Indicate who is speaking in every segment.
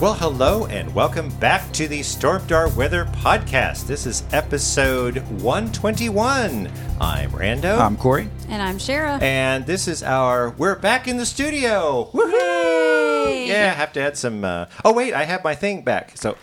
Speaker 1: Well, hello, and welcome back to the Stormdar Weather Podcast. This is episode 121. I'm Rando.
Speaker 2: I'm Um, Corey.
Speaker 3: And I'm Shara.
Speaker 1: and this is our we're back in the studio. Woohoo! Yeah, I have to add some uh, Oh wait, I have my thing back. So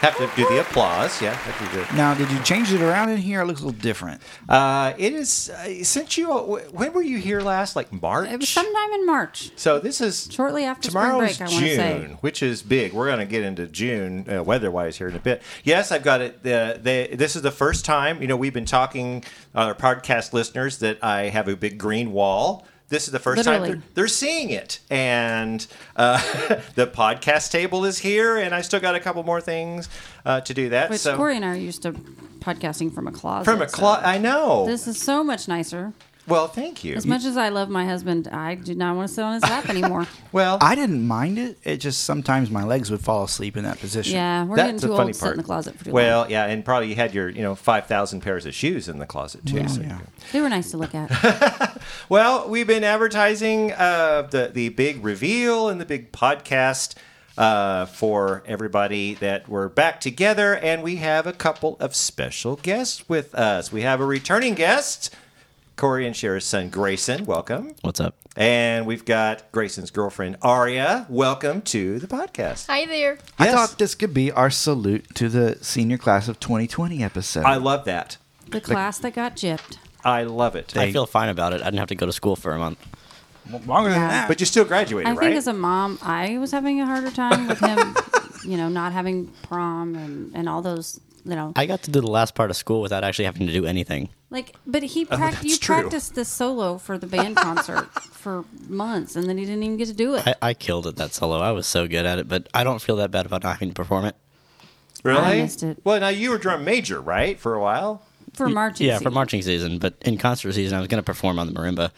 Speaker 1: have to do the applause. Yeah, have to do it.
Speaker 2: Now, did you change it around in here? It looks a little different.
Speaker 1: Uh, it is uh, since you when were you here last? Like March.
Speaker 3: it was sometime in March.
Speaker 1: So this is
Speaker 3: Shortly after spring
Speaker 1: tomorrow's
Speaker 3: break, I wanna
Speaker 1: June,
Speaker 3: say.
Speaker 1: which is big. We're going to get into June uh, weather-wise here in a bit. Yes, I've got it. Uh, they, this is the first time. You know, we've been talking our podcast listeners that I have a big green wall. This is the first
Speaker 3: Literally.
Speaker 1: time they're, they're seeing it, and uh, the podcast table is here, and I still got a couple more things uh, to do. That
Speaker 3: Which
Speaker 1: so
Speaker 3: Corey and I are used to podcasting from a closet.
Speaker 1: from a
Speaker 3: so
Speaker 1: closet, I know.
Speaker 3: This is so much nicer.
Speaker 1: well, thank you.
Speaker 3: As much as I love my husband, I do not want to sit on his lap anymore.
Speaker 1: well,
Speaker 2: I didn't mind it. It just sometimes my legs would fall asleep in that position.
Speaker 3: yeah, we're
Speaker 1: That's
Speaker 3: getting
Speaker 1: the
Speaker 3: too
Speaker 1: funny
Speaker 3: old to sit
Speaker 1: part.
Speaker 3: in the closet for too
Speaker 1: well,
Speaker 3: long.
Speaker 1: yeah, and probably you had your, you know, 5,000 pairs of shoes in the closet, too. so-
Speaker 2: Yeah.
Speaker 3: They were nice to look at.
Speaker 1: Well, we've been advertising uh, the, the big reveal and the big podcast uh, for everybody that we're back together, and we have a couple of special guests with us. We have a returning guest, Corey and Shara's son, Grayson. Welcome.
Speaker 4: What's up?
Speaker 1: And we've got Grayson's girlfriend, Aria. Welcome to the podcast.
Speaker 5: Hi there.
Speaker 2: I
Speaker 1: Yes.
Speaker 2: thought this could be our salute to the senior class of 2020 episode.
Speaker 1: I love that.
Speaker 3: the class that got gypped.
Speaker 1: I love it.
Speaker 4: I feel fine about it. I didn't have to go to school for a month.
Speaker 2: Longer than
Speaker 3: Yeah.
Speaker 2: that.
Speaker 1: But you still graduated,
Speaker 3: I
Speaker 1: right?
Speaker 3: think as a mom, I was having a harder time with him, you know, not having prom and, and all those, you know.
Speaker 4: I got to do the last part of school without actually having to do anything.
Speaker 3: Like, but he prac-
Speaker 1: Oh, that's
Speaker 3: you
Speaker 1: true.
Speaker 3: practiced the solo for the band concert for months, and then he didn't even get to do it.
Speaker 4: I, I killed it that solo. I was so good at it, but I don't feel that bad about not having to perform it.
Speaker 1: Really?
Speaker 3: I missed it.
Speaker 1: Well, now you were drum major, right, for a while?
Speaker 3: for marching.
Speaker 4: yeah, for
Speaker 3: season.
Speaker 4: marching season, but in concert season, I was going to perform on the marimba.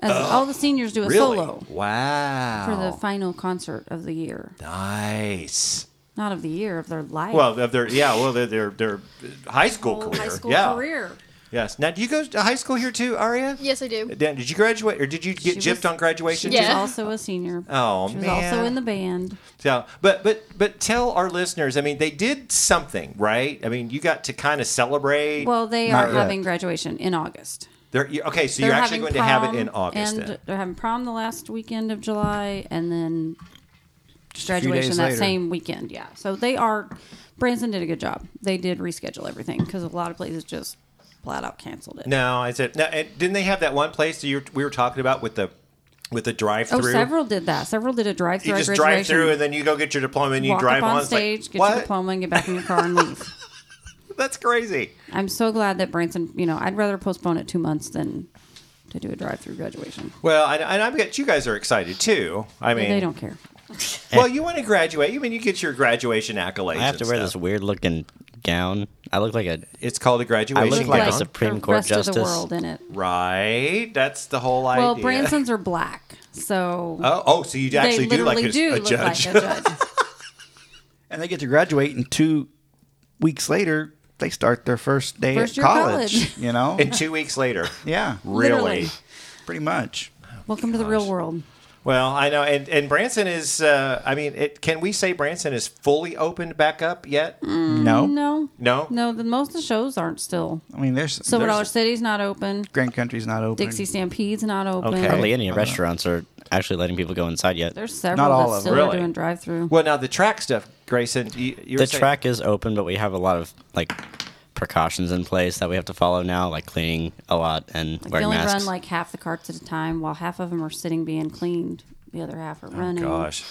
Speaker 3: As all the seniors do a solo
Speaker 1: Wow.
Speaker 3: for the final concert of the year,
Speaker 1: nice.
Speaker 3: not of the year of their life.
Speaker 1: Well, of their yeah, well, their their, their high school
Speaker 3: Whole
Speaker 1: career.
Speaker 3: high school
Speaker 1: yeah.
Speaker 3: career.
Speaker 1: Yes. Now, do you go to high school here too, Aria? Uh,
Speaker 5: Yes, I do.
Speaker 1: Dan, did you graduate, or did you get
Speaker 3: She was-
Speaker 1: gypped on graduation?
Speaker 3: She was
Speaker 5: Yeah.
Speaker 3: also a senior.
Speaker 1: Oh,
Speaker 3: she was
Speaker 1: man.
Speaker 3: also in the band.
Speaker 1: So, but but but tell our listeners. I mean, they did something, right? I mean, you got to kind of celebrate.
Speaker 3: Well, they
Speaker 2: Not
Speaker 3: are
Speaker 2: yet.
Speaker 3: having graduation in August.
Speaker 1: They're- you- okay, so
Speaker 3: They're
Speaker 1: you're actually going
Speaker 3: having
Speaker 1: to have it
Speaker 3: prom
Speaker 1: in August.
Speaker 3: and
Speaker 1: then.
Speaker 3: they're having prom the last weekend of July, and then graduation
Speaker 2: days
Speaker 3: that
Speaker 2: later.
Speaker 3: same weekend. Yeah, so they are. Branson did a good job. They did reschedule everything because a lot of places just flat out canceled it.
Speaker 1: No, I said. No, and didn't they have that one place that you, we were talking about with the with the drive
Speaker 3: Oh,
Speaker 1: through?
Speaker 3: several did that. Several did a drive-through.
Speaker 1: You
Speaker 3: at
Speaker 1: just drive
Speaker 3: graduation.
Speaker 1: through, and then you go get your diploma, and you
Speaker 3: walk
Speaker 1: drive
Speaker 3: up on,
Speaker 1: It's like,
Speaker 3: stage, get
Speaker 1: what?
Speaker 3: your diploma, and get back in your car and leave.
Speaker 1: That's crazy.
Speaker 3: I'm so glad that Branson. You know, I'd rather postpone it two months than to do a drive-through graduation.
Speaker 1: Well, and, and I bet you guys are excited too. I mean,
Speaker 3: they don't care.
Speaker 1: Well, you want to graduate. You mean you get your graduation accolades.
Speaker 4: I have to
Speaker 1: and
Speaker 4: wear
Speaker 1: stuff.
Speaker 4: this weird looking gown. I look like a.
Speaker 1: It's called a graduation.
Speaker 4: I look like
Speaker 1: gown.
Speaker 4: a Like- Supreme
Speaker 3: the
Speaker 4: Court
Speaker 3: rest of the
Speaker 4: justice.
Speaker 3: world in it.
Speaker 1: right. That's the whole idea.
Speaker 3: Well, Bransons are black, so
Speaker 1: Oh, oh, so you
Speaker 3: they
Speaker 1: actually do like
Speaker 3: literally
Speaker 1: a,
Speaker 3: do
Speaker 1: a
Speaker 3: look
Speaker 1: judge.
Speaker 3: like a judge.
Speaker 2: and they get to graduate, and two weeks later, they start their first day
Speaker 3: First
Speaker 2: at
Speaker 3: year of
Speaker 2: college.
Speaker 3: college.
Speaker 2: You know?
Speaker 1: and two weeks later.
Speaker 2: yeah.
Speaker 1: Really?
Speaker 3: Literally.
Speaker 2: Pretty much.
Speaker 3: Welcome to the real world.
Speaker 1: Well, I know. And, and Branson is, uh, I mean, it, can we say Branson is fully opened back up yet?
Speaker 2: No.
Speaker 3: No,
Speaker 1: No?
Speaker 3: Mm. no. The most of the shows aren't still.
Speaker 2: I mean, there's,
Speaker 3: So
Speaker 2: there's
Speaker 3: Dollar City's not open.
Speaker 2: Grand Country's not open.
Speaker 3: Dixie Stampede's not open.
Speaker 1: Okay.
Speaker 4: Hardly any restaurants are actually letting people go inside yet.
Speaker 3: There's several
Speaker 2: Not all
Speaker 3: that
Speaker 2: of
Speaker 3: still
Speaker 2: them.
Speaker 3: are
Speaker 1: Really?
Speaker 3: doing drive-through.
Speaker 1: Well, now the track stuff, Grayson. You, you were
Speaker 4: the
Speaker 1: saying-
Speaker 4: track is open, but we have a lot of like precautions in place that we have to follow now, like cleaning a lot and
Speaker 3: They
Speaker 4: wearing
Speaker 3: only
Speaker 4: masks.
Speaker 3: run like half the carts at a time, while half of them are sitting being cleaned. The other half are running.
Speaker 1: Oh, Gosh.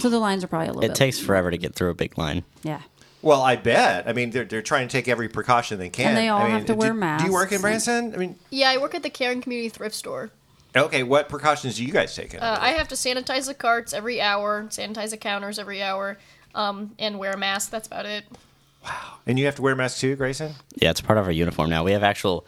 Speaker 3: So the lines are probably a little
Speaker 4: It
Speaker 3: bit.
Speaker 4: takes forever to get through a big line.
Speaker 3: Yeah.
Speaker 1: Well, I bet. I mean, they're, they're trying to take every precaution they can.
Speaker 3: And they all
Speaker 1: I mean,
Speaker 3: have to
Speaker 1: do-
Speaker 3: wear
Speaker 1: Do you work in
Speaker 3: masks
Speaker 1: Branson? I mean,
Speaker 5: Yeah, I work at the Caring Community Thrift Store.
Speaker 1: okay, what precautions do you guys take?
Speaker 5: Uh, I have to sanitize the carts every hour, sanitize the counters every hour, um, and wear a mask. That's about it.
Speaker 1: and you have to wear masks too, Grayson?
Speaker 4: Yeah, it's part of our uniform now. We have actual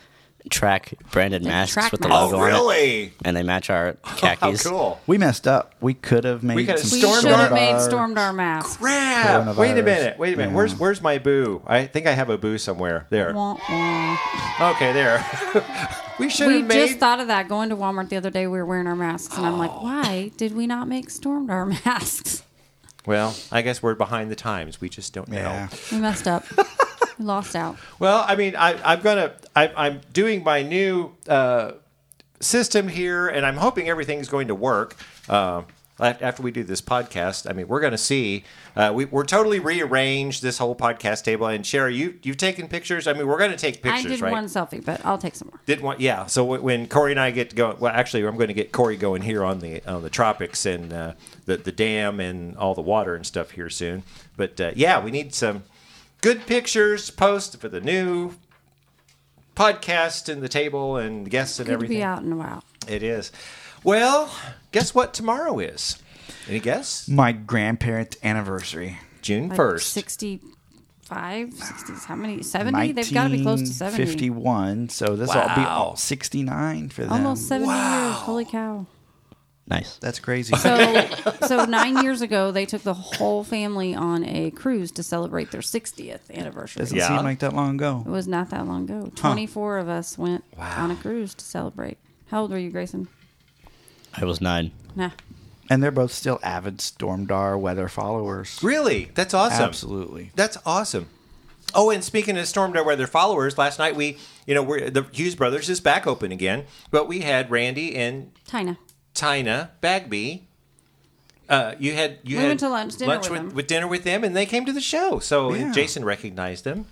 Speaker 4: track branded masks
Speaker 3: track
Speaker 4: with the
Speaker 3: masks.
Speaker 4: logo Oh, on it, and they match our
Speaker 1: Oh, How
Speaker 4: khakis.
Speaker 1: cool.
Speaker 2: We messed up. We could have made.
Speaker 1: could have
Speaker 2: some
Speaker 3: We
Speaker 1: Stormed
Speaker 3: should have
Speaker 1: our-
Speaker 3: made Stormdar mask.
Speaker 1: Crap! Wait a
Speaker 2: Coronavirus.
Speaker 1: minute. Wait a minute. Where's where's my boo? I think I have a boo somewhere. There.
Speaker 3: Wah, wah.
Speaker 1: Okay, there. we should
Speaker 3: We
Speaker 1: have made. Oh.
Speaker 3: just thought of that going to Walmart the other day. We were wearing our masks, and I'm like, why did we not make Stormdar masks?
Speaker 1: well, I guess we're behind the times. We just don't know.
Speaker 2: Yeah.
Speaker 3: We messed up. we lost out.
Speaker 1: Well, I mean, I, I'm gonna. I, I'm doing my new uh, system here, and I'm hoping everything's going to work. Uh, a- after we do this podcast, I mean, we're going to see. Uh, we, we're totally rearranged this whole podcast table. And Sherry, you you've taken pictures. I mean, we're going to take pictures,
Speaker 3: I did
Speaker 1: right?
Speaker 3: one selfie, but I'll take some more.
Speaker 1: Did one, yeah. So w- when Corey and I get going, well, actually, I'm going to get Corey going here on the on the tropics and uh, the the dam and all the water and stuff here soon. But uh, yeah, we need some good pictures post for the new podcast and the table and guests and
Speaker 3: Good to
Speaker 1: everything.
Speaker 3: be out and about.
Speaker 1: It is. Well, guess what tomorrow is? Any guess?
Speaker 2: my grandparents' anniversary.
Speaker 1: June
Speaker 3: Like
Speaker 1: first.
Speaker 3: 65, 60s, how many? 70? They've got to be close to 70.
Speaker 2: 51. So this will be
Speaker 1: Wow.
Speaker 2: all 69 for them.
Speaker 3: Almost 70 years. Holy cow.
Speaker 4: Nice.
Speaker 2: That's crazy.
Speaker 3: So, so nine years ago, they took the whole family on a cruise to celebrate their 60th anniversary.
Speaker 2: Doesn't
Speaker 1: Yeah.
Speaker 2: seem like that long
Speaker 3: It
Speaker 2: ago.
Speaker 3: was not that long ago. 24 of us went on a cruise to celebrate. How old were you, Grayson?
Speaker 4: I was nine.
Speaker 3: Nah.
Speaker 2: And they're both still avid Stormdar weather followers.
Speaker 1: Really? That's awesome.
Speaker 2: Absolutely.
Speaker 1: That's awesome. Oh, and speaking of Storm Door Weather followers, last night we, you know, we're, the Hughes Brothers is back open again, but we had Randy and
Speaker 3: Tina.
Speaker 1: Tina Bagby. Uh, you had you
Speaker 3: We
Speaker 1: had
Speaker 3: went to lunch, dinner with them.
Speaker 1: dinner with them, and they came to the show. So
Speaker 2: Yeah.
Speaker 1: Jason recognized them,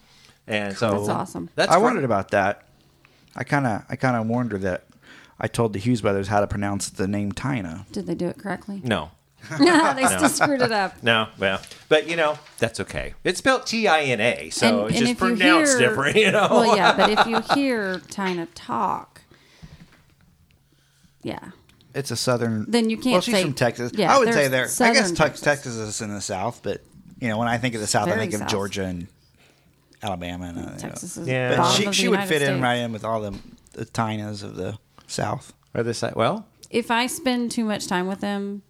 Speaker 1: and so
Speaker 3: That's awesome.
Speaker 1: That's
Speaker 2: I
Speaker 1: great.
Speaker 2: wondered about that. I kind of I kind of warned her that I told the Hughes brothers how to pronounce the name Tina.
Speaker 3: Did they do it correctly?
Speaker 1: no,
Speaker 3: they still screwed it up.
Speaker 1: no, well, but you know that's okay. It's spelled T I N A, so it's just
Speaker 3: if you
Speaker 1: pronounced
Speaker 3: hear-
Speaker 1: different. You know,
Speaker 3: Well, yeah, but if you hear Tina talk, yeah.
Speaker 2: It's a southern.
Speaker 3: Then you can't
Speaker 2: Well, she's
Speaker 3: say-
Speaker 2: from Texas.
Speaker 3: yeah,
Speaker 2: I would
Speaker 3: they're
Speaker 2: say there. I
Speaker 3: southern
Speaker 2: guess Texas.
Speaker 3: Texas.
Speaker 2: Texas is in the south, but you know when I think of the south, I
Speaker 3: Very
Speaker 2: think of
Speaker 3: south.
Speaker 2: Georgia and Alabama and uh,
Speaker 3: Texas is
Speaker 1: Yeah.
Speaker 3: yeah.
Speaker 1: But
Speaker 2: But
Speaker 3: bottom
Speaker 2: she
Speaker 3: of
Speaker 2: she
Speaker 3: the
Speaker 2: would
Speaker 3: United
Speaker 2: fit in
Speaker 3: States.
Speaker 2: right in with all the the Tinas of the south.
Speaker 1: Or this side- well,
Speaker 3: If I spend too much time with them,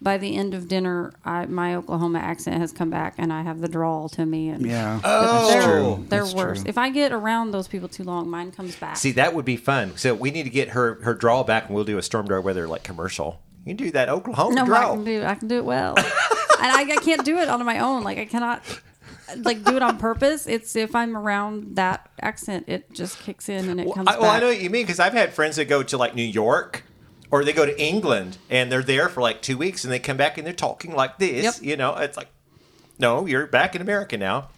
Speaker 3: by the end of dinner, I, my Oklahoma accent has come back, and I have the drawl to me. And
Speaker 2: Yeah.
Speaker 3: they're,
Speaker 1: true.
Speaker 3: they're
Speaker 2: Oh, That's
Speaker 3: worse.
Speaker 2: true.
Speaker 3: If I get around those people too long, mine comes back.
Speaker 1: See, that would be fun. So we need to get her her draw back, and we'll do a storm door weather like commercial. You can do that Oklahoma
Speaker 3: no, I
Speaker 1: draw.
Speaker 3: can do. I can do it well, and I, I can't do it on my own. Like I cannot. Like do it on purpose. It's if I'm around that accent, it just kicks in and it
Speaker 1: well,
Speaker 3: comes
Speaker 1: I, well, I
Speaker 3: back.
Speaker 1: know what you mean because I've had friends that go to like New York or they go to England and they're there for like two weeks and they come back and they're talking like this.
Speaker 3: Yep.
Speaker 1: You know, it's like, no, you're back in America now.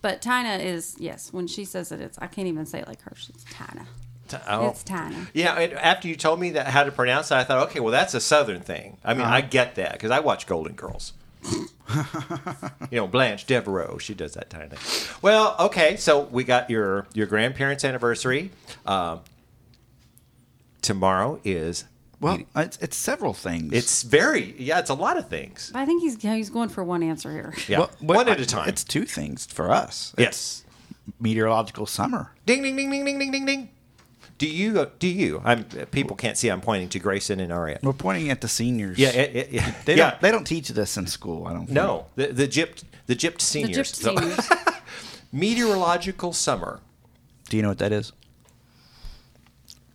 Speaker 3: But Tina is yes. When she says it, it's I can't even say it like her. She's Tina.
Speaker 1: T- oh.
Speaker 3: It's Tina.
Speaker 1: Yeah, and after you told me that how to pronounce it, I thought, okay, well, that's a Southern thing. I mean,
Speaker 2: Uh-huh.
Speaker 1: I get that because I watch Golden Girls. you know, Blanche Devereaux, she does that kind of thing. Well, okay, so we got your your grandparents' anniversary. Um, tomorrow is
Speaker 2: Well, it's, it's several things.
Speaker 1: it's very yeah, it's a lot of things.
Speaker 3: I think he's he's going for one answer here.
Speaker 1: Yeah,
Speaker 2: Well, well,
Speaker 1: one at a time.
Speaker 2: It's two things for us.
Speaker 1: yes.
Speaker 2: Meteorological summer.
Speaker 1: Ding ding ding ding ding ding ding ding. Do you do you? I'm people can't see. I'm pointing to Grayson and Aria.
Speaker 2: We're pointing at the seniors.
Speaker 1: Yeah, it, it, yeah.
Speaker 2: They
Speaker 1: yeah.
Speaker 2: don't they don't teach this in school. I don't. Think.
Speaker 1: No, the the gypped the gypped
Speaker 3: The
Speaker 1: seniors.
Speaker 3: gypsy
Speaker 1: So-
Speaker 3: seniors.
Speaker 1: meteorological summer.
Speaker 2: Do you know what that is?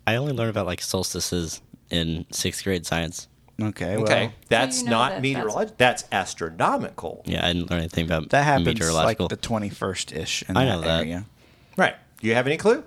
Speaker 4: I only learned about like solstices in sixth grade science.
Speaker 2: Okay. Well,
Speaker 1: Okay, that's
Speaker 3: you know
Speaker 1: not
Speaker 3: that
Speaker 1: meteorological. That's astronomical.
Speaker 4: Yeah, I didn't learn anything about
Speaker 2: That happens like
Speaker 4: meteorological.
Speaker 2: the twenty first ish in
Speaker 4: I know
Speaker 2: that
Speaker 4: that.
Speaker 2: area.
Speaker 1: Right. Do you have any clue?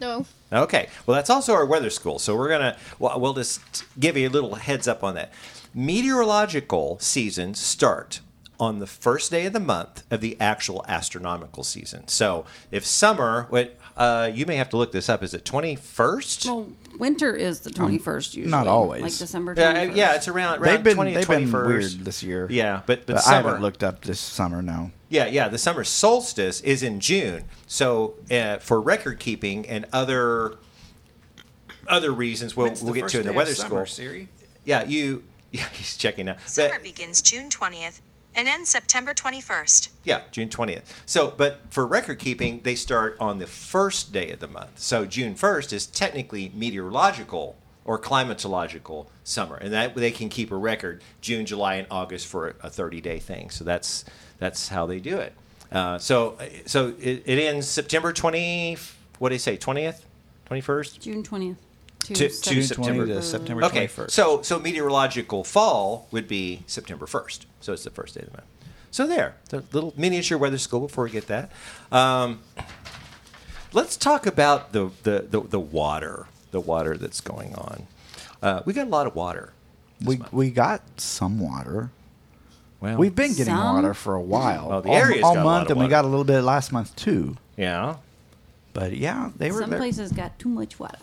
Speaker 5: No.
Speaker 1: Okay. Well, that's also our weather school. So we're gonna well, we'll just give you a little heads up on that. Meteorological seasons start on the first day of the month of the actual astronomical season. So if summer, what Uh, you may have to look this up. Is it 21st?
Speaker 3: Well, winter is the 21st usually.
Speaker 2: Mm, always.
Speaker 3: Like December 21st.
Speaker 1: yeah, uh, yeah, it's around, around
Speaker 2: They've been
Speaker 1: 20,
Speaker 2: they've been
Speaker 1: 21st.
Speaker 2: weird this year.
Speaker 1: Yeah, but, but,
Speaker 2: But I
Speaker 1: summer.
Speaker 2: haven't looked up this summer. No,
Speaker 1: Yeah, yeah. The summer solstice is in June. So uh, for record keeping and other other reasons, we'll,
Speaker 6: When's
Speaker 1: we'll
Speaker 6: the
Speaker 1: get
Speaker 6: first
Speaker 1: to in the
Speaker 6: day of
Speaker 1: weather
Speaker 6: summer,
Speaker 1: school.
Speaker 6: Siri?
Speaker 1: Yeah, you. Yeah, he's checking now.
Speaker 7: Summer
Speaker 1: But-
Speaker 7: begins June 20th and ends September 21st.
Speaker 1: Yeah, June twentieth. So, but for record keeping, they start on the first day of the month. So June first is technically meteorological or climatological summer, and that they can keep a record June, July, and August for a thirty-day thing. So that's that's how they do it. Uh, so so it, it ends September twenty. What do they say? Twentieth, twenty-first.
Speaker 3: June 20th. To,
Speaker 1: To- to
Speaker 3: September.
Speaker 1: Sep-
Speaker 2: June
Speaker 1: September.
Speaker 2: 20 to September
Speaker 1: Okay,
Speaker 2: 21st.
Speaker 1: so so meteorological fall would be September first. So it's the first day of the month. So there, the little miniature weather school. Before we get that, um, let's talk about the, the the the water, the water that's going on. Uh, we got a lot of water.
Speaker 2: we we got some water.
Speaker 1: Well,
Speaker 2: We've been getting
Speaker 3: Some?
Speaker 2: water for a while.
Speaker 1: Well, the
Speaker 2: all,
Speaker 1: area's
Speaker 2: all
Speaker 1: got a lot
Speaker 2: month,
Speaker 1: of
Speaker 2: and we
Speaker 1: water.
Speaker 2: got a little bit last month too.
Speaker 1: yeah.
Speaker 2: But yeah, they were
Speaker 3: Some
Speaker 2: there.
Speaker 3: places got too much water.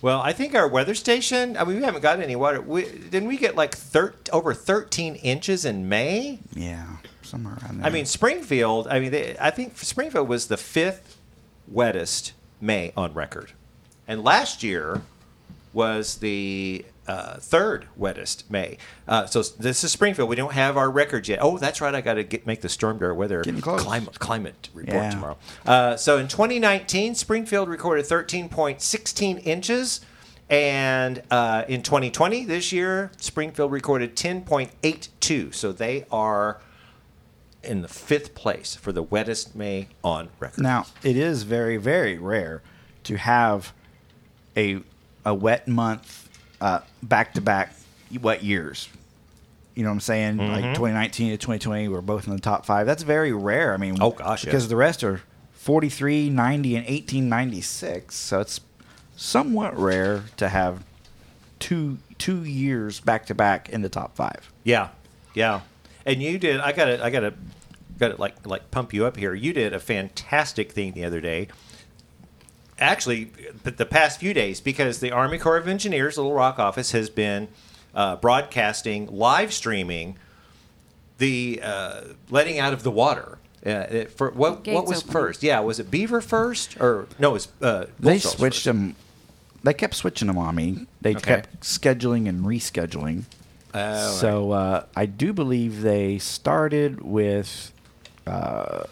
Speaker 1: Well, I think our weather station. I mean, we haven't got any water. We, didn't we get like thir- over thirteen inches in May?
Speaker 2: Yeah, somewhere around there.
Speaker 1: I mean, Springfield. I mean, they, I think Springfield was the fifth wettest May on record, and last year was the uh, third wettest May. Uh, so s- this is Springfield. We don't have our record yet. Oh, that's right. I got to get make the storm door weather
Speaker 2: Getting close.
Speaker 1: climate climate report
Speaker 2: Yeah.
Speaker 1: tomorrow. Uh, so in 2019, Springfield recorded 13.16 inches. And uh, in 2020, this year, Springfield recorded 10.82. So they are in the fifth place for the wettest May on record.
Speaker 2: now it is very very rare to have a a wet month back to back wet years. You know what I'm saying? Like
Speaker 1: Mm-hmm.
Speaker 2: 2019 to 2020, we are both in the top five. That's very rare. I mean,
Speaker 1: Oh, gosh, yeah.
Speaker 2: because the rest are 43, 90, and 1896. So it's somewhat rare to have two two years back to back in the top five.
Speaker 1: yeah, yeah. And you did. I got to I got to got to like like pump you up here. You did a fantastic thing the other day. Actually, th- the past few days, because the Army Corps of Engineers Little Rock office has been uh, broadcasting, live streaming the uh, letting out of the water. Uh, it- for what
Speaker 3: Gates
Speaker 1: what was
Speaker 3: opening.
Speaker 1: first? Yeah, was it Beaver first or no? It was uh,
Speaker 2: They
Speaker 1: Bullfrog first.
Speaker 2: switched them. They kept switching them on me. They
Speaker 1: Okay. Oh,
Speaker 2: kept scheduling and rescheduling. so uh, I do believe they started with uh,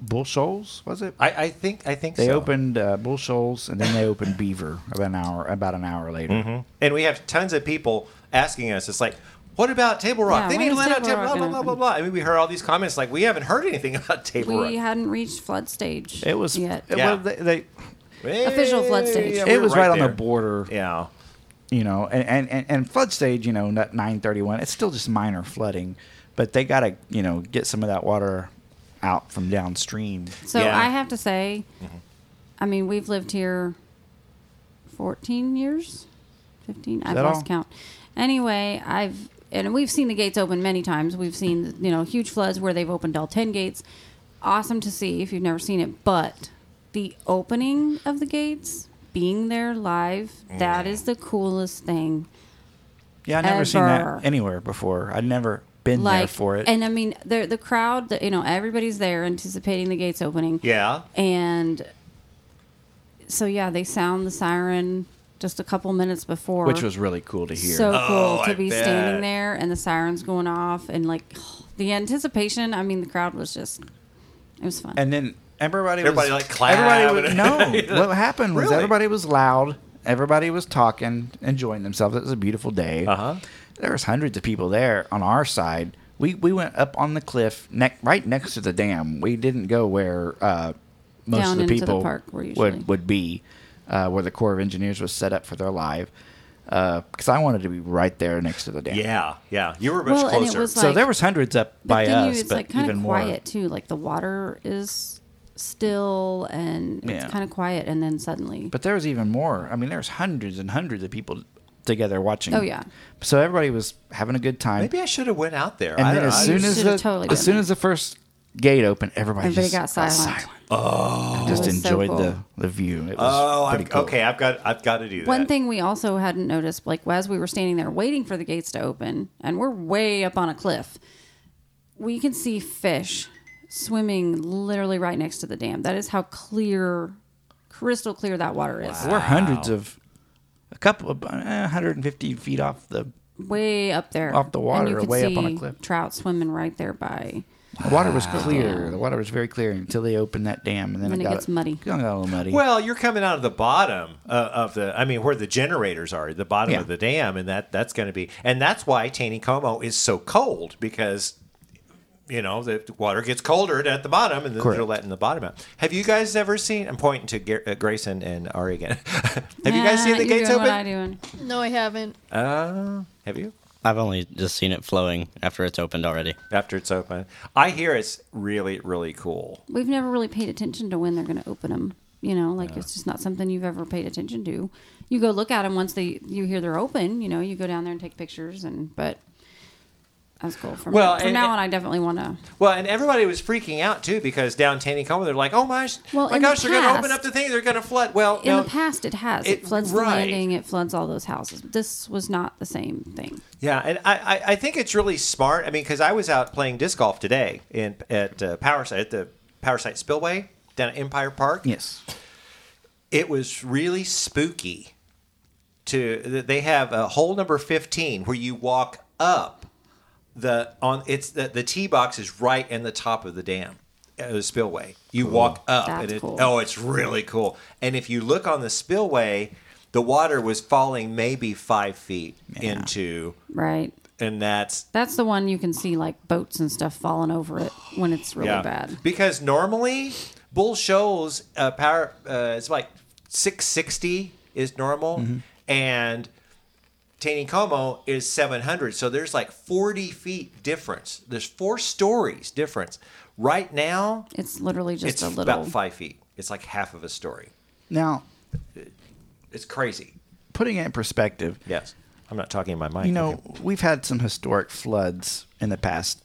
Speaker 2: Bull Shoals, was it?
Speaker 1: I, I think I think
Speaker 2: they
Speaker 1: so.
Speaker 2: opened uh, Bull Shoals and then they opened Beaver about an hour about an hour later.
Speaker 1: and we have tons of people asking us. It's like, what about Table Rock?
Speaker 3: Yeah,
Speaker 1: they need to
Speaker 3: when's
Speaker 1: let out
Speaker 3: Table
Speaker 1: Table Rock.
Speaker 3: Rock
Speaker 1: Blah blah
Speaker 3: gonna-
Speaker 1: blah blah. I mean, we heard all these comments like we haven't heard anything about Table
Speaker 3: We
Speaker 1: Rock.
Speaker 3: hadn't reached flood stage.
Speaker 2: It was
Speaker 3: yet.
Speaker 2: It,
Speaker 1: Yeah.
Speaker 2: was they, they-
Speaker 3: Official flood stage.
Speaker 1: Yeah,
Speaker 2: it
Speaker 1: we were
Speaker 2: was right, on
Speaker 1: there.
Speaker 2: the border,
Speaker 1: Yeah,
Speaker 2: you know, and, and, and, and flood stage, you know, not 931. It's still just minor flooding, but they got to, you know, get some of that water out from downstream.
Speaker 3: So
Speaker 1: Yeah.
Speaker 3: I have to say,
Speaker 2: Mm-hmm.
Speaker 3: I mean, we've lived here 14 years, 15. I've
Speaker 2: that
Speaker 3: lost
Speaker 2: all?
Speaker 3: count. Anyway, I've and we've seen the gates open many times. We've seen you know huge floods where they've opened all 10 gates. Awesome to see if you've never seen it, but the opening of the gates, being there live, that
Speaker 2: Mm.
Speaker 3: is the coolest thing.
Speaker 2: Yeah, I never seen that
Speaker 3: Ever.
Speaker 2: anywhere before. I'd never been there
Speaker 3: Like
Speaker 2: for it.
Speaker 3: and I mean the the crowd, the, you know, everybody's there anticipating the gates opening.
Speaker 1: yeah.
Speaker 3: and so yeah, they sound the siren just a couple minutes before,
Speaker 2: which was really cool to hear.
Speaker 3: so
Speaker 1: Oh,
Speaker 3: cool to
Speaker 1: I
Speaker 3: be
Speaker 1: bet.
Speaker 3: standing there and the sirens going off and like the anticipation. I mean, the crowd was just it was fun.
Speaker 2: and then everybody,
Speaker 1: Everybody,
Speaker 2: was,
Speaker 1: like, clapped.
Speaker 2: Everybody was, no, what happened was
Speaker 1: Really?
Speaker 2: everybody was loud. Everybody was talking, enjoying themselves. It was a beautiful day.
Speaker 1: Uh-huh.
Speaker 2: There was hundreds of people there on our side. We we went up on the cliff, neck right next to the dam. We didn't go where uh, most
Speaker 3: Down
Speaker 2: of the
Speaker 3: into the
Speaker 2: people
Speaker 3: park where usually-
Speaker 2: would would be, uh, where the Corps of Engineers was set up for their live. Because I wanted to be right there next to the dam.
Speaker 1: Yeah, yeah. You were much
Speaker 3: Well, and it
Speaker 1: closer.
Speaker 3: was
Speaker 2: so
Speaker 3: like-
Speaker 2: there was hundreds up by
Speaker 3: then
Speaker 2: us,
Speaker 3: you, it's
Speaker 2: but
Speaker 3: like kind
Speaker 2: even
Speaker 3: of
Speaker 2: more.
Speaker 3: quiet too. Like the water is still and
Speaker 2: Yeah.
Speaker 3: it's kind of quiet, and then suddenly,
Speaker 2: But there was even more. I mean, there's hundreds and hundreds of people together watching.
Speaker 3: Oh, yeah.
Speaker 2: So everybody was having a good time.
Speaker 1: Maybe I should have went out there.
Speaker 2: and
Speaker 1: I
Speaker 2: then
Speaker 1: don't
Speaker 2: as
Speaker 1: know.
Speaker 2: soon
Speaker 3: You
Speaker 2: as
Speaker 3: should've
Speaker 2: the,
Speaker 3: totally
Speaker 2: as
Speaker 3: done
Speaker 2: soon
Speaker 3: that.
Speaker 2: as the first gate open, everybody,
Speaker 3: Everybody
Speaker 2: just
Speaker 3: got silent.
Speaker 2: Oh, just
Speaker 3: It was so
Speaker 2: enjoyed the,
Speaker 3: cool.
Speaker 2: the view. It was
Speaker 1: Oh,
Speaker 2: pretty
Speaker 1: I've,
Speaker 2: cool.
Speaker 1: okay. I've got I've got to do that.
Speaker 3: One thing we also hadn't noticed, like as we were standing there waiting for the gates to open, and we're way up on a cliff, we can see fish swimming literally right next to the dam. That is how clear, crystal clear that water is.
Speaker 2: We're hundreds of a couple of uh, 150 feet off the
Speaker 3: Way up there,
Speaker 2: Off the water
Speaker 3: and you
Speaker 2: or
Speaker 3: could
Speaker 2: way up on a
Speaker 3: see
Speaker 2: cliff.
Speaker 3: Trout swimming right there by.
Speaker 2: The water was clear. The water was very clear until they opened that dam, and then,
Speaker 3: Then
Speaker 2: it,
Speaker 3: it
Speaker 2: got
Speaker 3: gets muddy.
Speaker 2: It got a little muddy.
Speaker 1: Well, you're coming out of the bottom uh, of the. I mean, where the generators are, the bottom
Speaker 2: Yeah.
Speaker 1: of the dam, and that that's going to be, and that's why Taney Como is so cold because, you know, the water gets colder at the bottom, and then they're
Speaker 2: Correct.
Speaker 1: letting the bottom out. Have you guys ever seen? I'm pointing to Gar- uh, Grayson and Ari again. have you guys
Speaker 3: Nah,
Speaker 1: seen the
Speaker 3: you're
Speaker 1: gates
Speaker 3: doing
Speaker 1: open?
Speaker 3: What I doing?
Speaker 5: No, I haven't.
Speaker 1: Uh, have you?
Speaker 4: I've only just seen it flowing after it's opened already.
Speaker 1: After it's open, I hear it's really really cool.
Speaker 3: We've never really paid attention to when they're going to open them. You know, like it's just not something you've ever paid attention to. You go look at them once they you hear they're open. You know, you go down there and take pictures, and but that's cool. From
Speaker 1: Well,
Speaker 3: from
Speaker 1: and-
Speaker 3: now on, I definitely want to.
Speaker 1: Well, and everybody was freaking out too because down Taney Como, they're like, "Oh my,
Speaker 3: Well,
Speaker 1: my
Speaker 3: in the
Speaker 1: gosh, they're going to open
Speaker 3: past-
Speaker 1: up the thing, they're going to flood." Well,
Speaker 3: In
Speaker 1: no,
Speaker 3: the past, it has it,
Speaker 1: it-
Speaker 3: floods
Speaker 1: right.
Speaker 3: the landing, it floods all those houses. This was not the same thing.
Speaker 1: Yeah, and I, I, I think it's really smart. I mean, because I was out playing disc golf today in at uh, Power Site at the Power Site Spillway down at Empire Park.
Speaker 2: yes,
Speaker 1: It was really spooky. To th- they have a hole number fifteen where you walk up the on it's the the tee box is right in the top of the dam. uh, The spillway. You walk up,
Speaker 3: That's
Speaker 1: and it,
Speaker 3: cool.
Speaker 1: oh, it's really cool. And if you look on the spillway, the water was falling maybe five feet into,
Speaker 3: Right.
Speaker 1: and that's
Speaker 3: That's the one you can see like boats and stuff falling over it when it's really bad.
Speaker 1: Because normally, bull shows uh, power uh, it's like six sixty is normal,
Speaker 2: Mm-hmm.
Speaker 1: and Taney Como is seven hundred. So there's like forty feet difference. There's four stories difference. Right now,
Speaker 3: It's literally just
Speaker 1: it's
Speaker 3: a little.
Speaker 1: about five feet. It's like half of a story.
Speaker 2: now
Speaker 1: It's crazy.
Speaker 2: putting it in perspective,
Speaker 1: Yes, I'm not talking in my mind.
Speaker 2: you know we've had some historic floods in the past